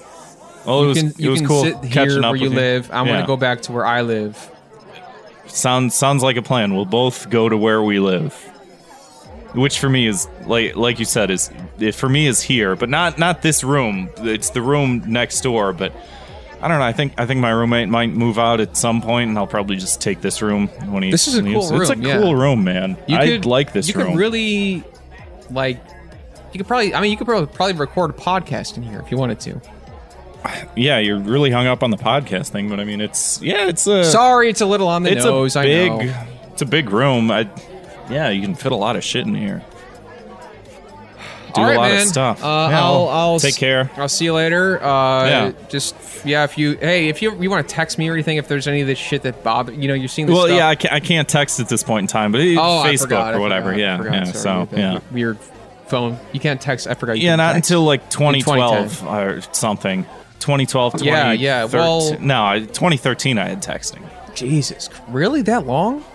S2: Well, it was
S1: you can,
S2: it
S1: you
S2: was
S1: can
S2: cool
S1: sit
S2: catching
S1: here
S2: up
S1: where
S2: with
S1: you live. I'm
S2: Yeah.
S1: gonna go back to where I live.
S2: Sounds sounds like a plan. We'll both go to where we live, which for me is like like you said is it for me is here, but not not this room. It's the room next door, but. I don't know. I think I think my roommate might move out at some point, and I'll probably just take this room when he.
S1: This is a
S2: leaves.
S1: cool
S2: It's a
S1: room, yeah.
S2: cool room, man.
S1: You
S2: I
S1: could-
S2: like this
S1: You
S2: room.
S1: could really, like, you could probably. I mean, you could probably probably record a podcast in here if you wanted to.
S2: yeah, you're really hung up on the podcast thing, but I mean, it's yeah, it's a
S1: Sorry, it's a little on the
S2: it's
S1: nose.
S2: a
S1: I
S2: big,
S1: know.
S2: it's a big room. I, yeah, you can fit a lot of shit in here. Do
S1: All right,
S2: a lot
S1: man.
S2: of stuff.
S1: Uh,
S2: Yeah,
S1: I'll, I'll
S2: take
S1: s-
S2: care.
S1: I'll see you later. Uh,
S2: Yeah.
S1: Just yeah, if you hey, if you you want to text me or anything, if there's any of this shit that bother you know, you're seeing. This
S2: Well,
S1: stuff,
S2: yeah, I can't, I can't text at this point in time, but it-
S1: Oh, I
S2: Facebook
S1: forgot, I
S2: or whatever.
S1: forgot, I
S2: yeah,
S1: forgot.
S2: yeah.
S1: Sorry,
S2: So
S1: that
S2: yeah,
S1: weird phone. You can't text. I forgot. You
S2: yeah.
S1: can
S2: Not
S1: text.
S2: until like 2012
S1: 2010.
S2: or something. 2012, 2013.
S1: Yeah, yeah, well-
S2: no, I- 2013. I had texting.
S1: Jesus, really that long?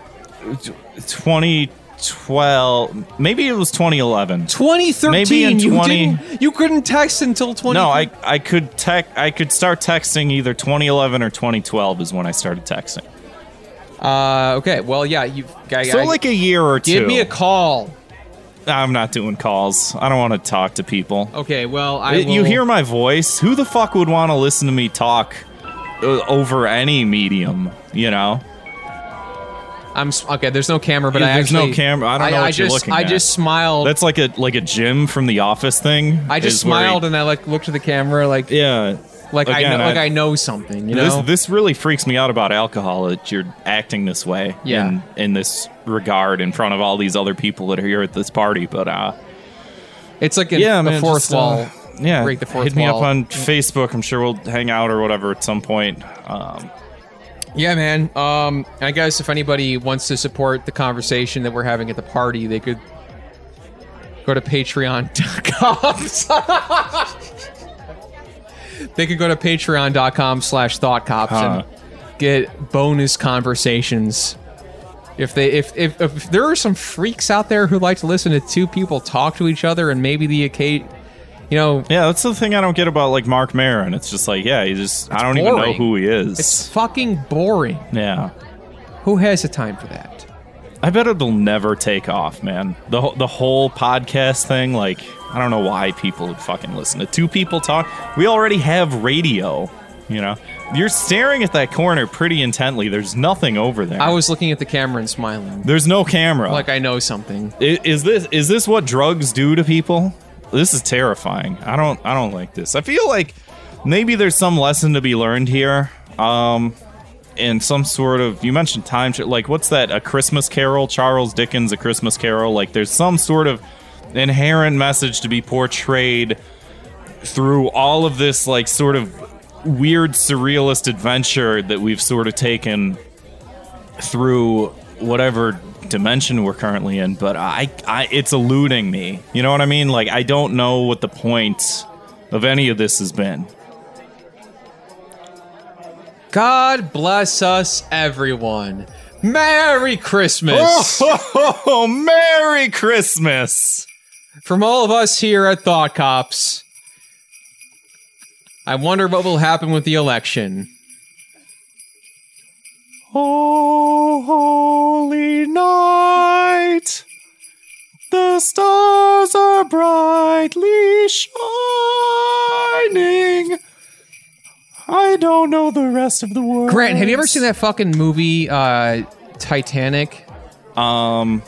S2: 2012, maybe it was 2011.
S1: 2013.
S2: Maybe in
S1: you
S2: 20
S1: didn't- You couldn't text until 20.
S2: No, I I could tech I could start texting either 2011 or 2012 is when I started texting.
S1: Uh, okay. Well, yeah. You. I,
S2: So
S1: I-
S2: like a year or two.
S1: give me a call.
S2: I'm not doing calls. I don't want to talk to people.
S1: Okay. Well, Oh, I.
S2: You
S1: will-
S2: hear my voice? Who the fuck would want to listen to me talk uh, over any medium? You know?
S1: I'm s- okay. There's no camera, but
S2: Yeah,
S1: I
S2: there's no
S1: actually-
S2: camera. I don't know
S1: I,
S2: what you're
S1: just,
S2: looking
S1: I
S2: at.
S1: just smiled.
S2: That's like a like a Jim from The Office thing.
S1: I just
S2: is where he-
S1: smiled and I like looked at the camera like
S2: yeah.
S1: like I
S2: Again,
S1: know, like
S2: I-
S1: I know something. You
S2: this
S1: know.
S2: this really freaks me out about alcohol that you're acting this way
S1: Yeah.
S2: in, in this regard in front of all these other people that are here at this party but uh
S1: it's like a,
S2: yeah
S1: a
S2: man,
S1: fourth
S2: just, uh,
S1: wall.
S2: yeah
S1: Break the fourth
S2: hit me
S1: wall.
S2: up on facebook i'm sure we'll hang out or whatever at some point um
S1: Yeah, man. Um, I guess if anybody wants to support the conversation that we're having at the party, they could go to patreon.com. they could go to patreon.com slash thought cops
S2: Huh.
S1: and get bonus conversations. If they if, if if there are some freaks out there who like to listen to two people talk to each other and maybe the occasion, you know,
S2: yeah that's the thing i don't get about like mark maron it's just like yeah he just i don't even know
S1: boring.
S2: who he is
S1: it's fucking boring.
S2: yeah
S1: Who has the time for that?
S2: I bet it'll never take off, man. The whole- the whole podcast thing, like I don't know why people would fucking listen to two people talk. We already have radio, you know. You're staring at that corner pretty intently. There's nothing over there.
S1: I was looking at the camera and smiling.
S2: There's no camera.
S1: Like I know something.
S2: I- Is this is this what drugs do to people? This is terrifying. I don't I don't like this. I feel like maybe there's some lesson to be learned here. Um and some sort of you mentioned time tra- like what's that a Christmas carol Charles Dickens a Christmas carol like there's some sort of inherent message to be portrayed through all of this like sort of weird surrealist adventure that we've sort of taken through whatever dimension we're currently in but I, I it's eluding me you know what i mean like i don't know what the point of any of this has been
S1: God bless us, everyone. Merry Christmas.
S2: Oh, Merry Christmas.
S1: From all of us here at Thought Cops, I wonder what will happen with the election.
S2: oh holy night the stars are brightly shining i don't know the rest of the world
S1: Grant, have you ever seen that fucking movie, uh, Titanic?
S2: um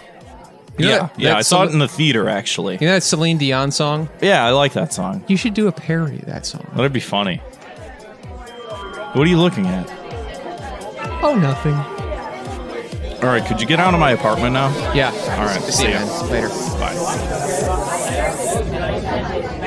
S1: You know
S2: yeah,
S1: that-
S2: yeah,
S1: that
S2: I saw
S1: Cel-
S2: it in the theater actually.
S1: You know that Celine Dion song?
S2: Yeah, I like that song.
S1: You should do a parody of that song.
S2: That'd be funny. What are you looking at?
S1: Oh, nothing.
S2: All right, could you get out of my apartment now?
S1: Yeah.
S2: All right,
S1: See,
S2: see
S1: you,
S2: ya.
S1: man. Later.
S2: Bye.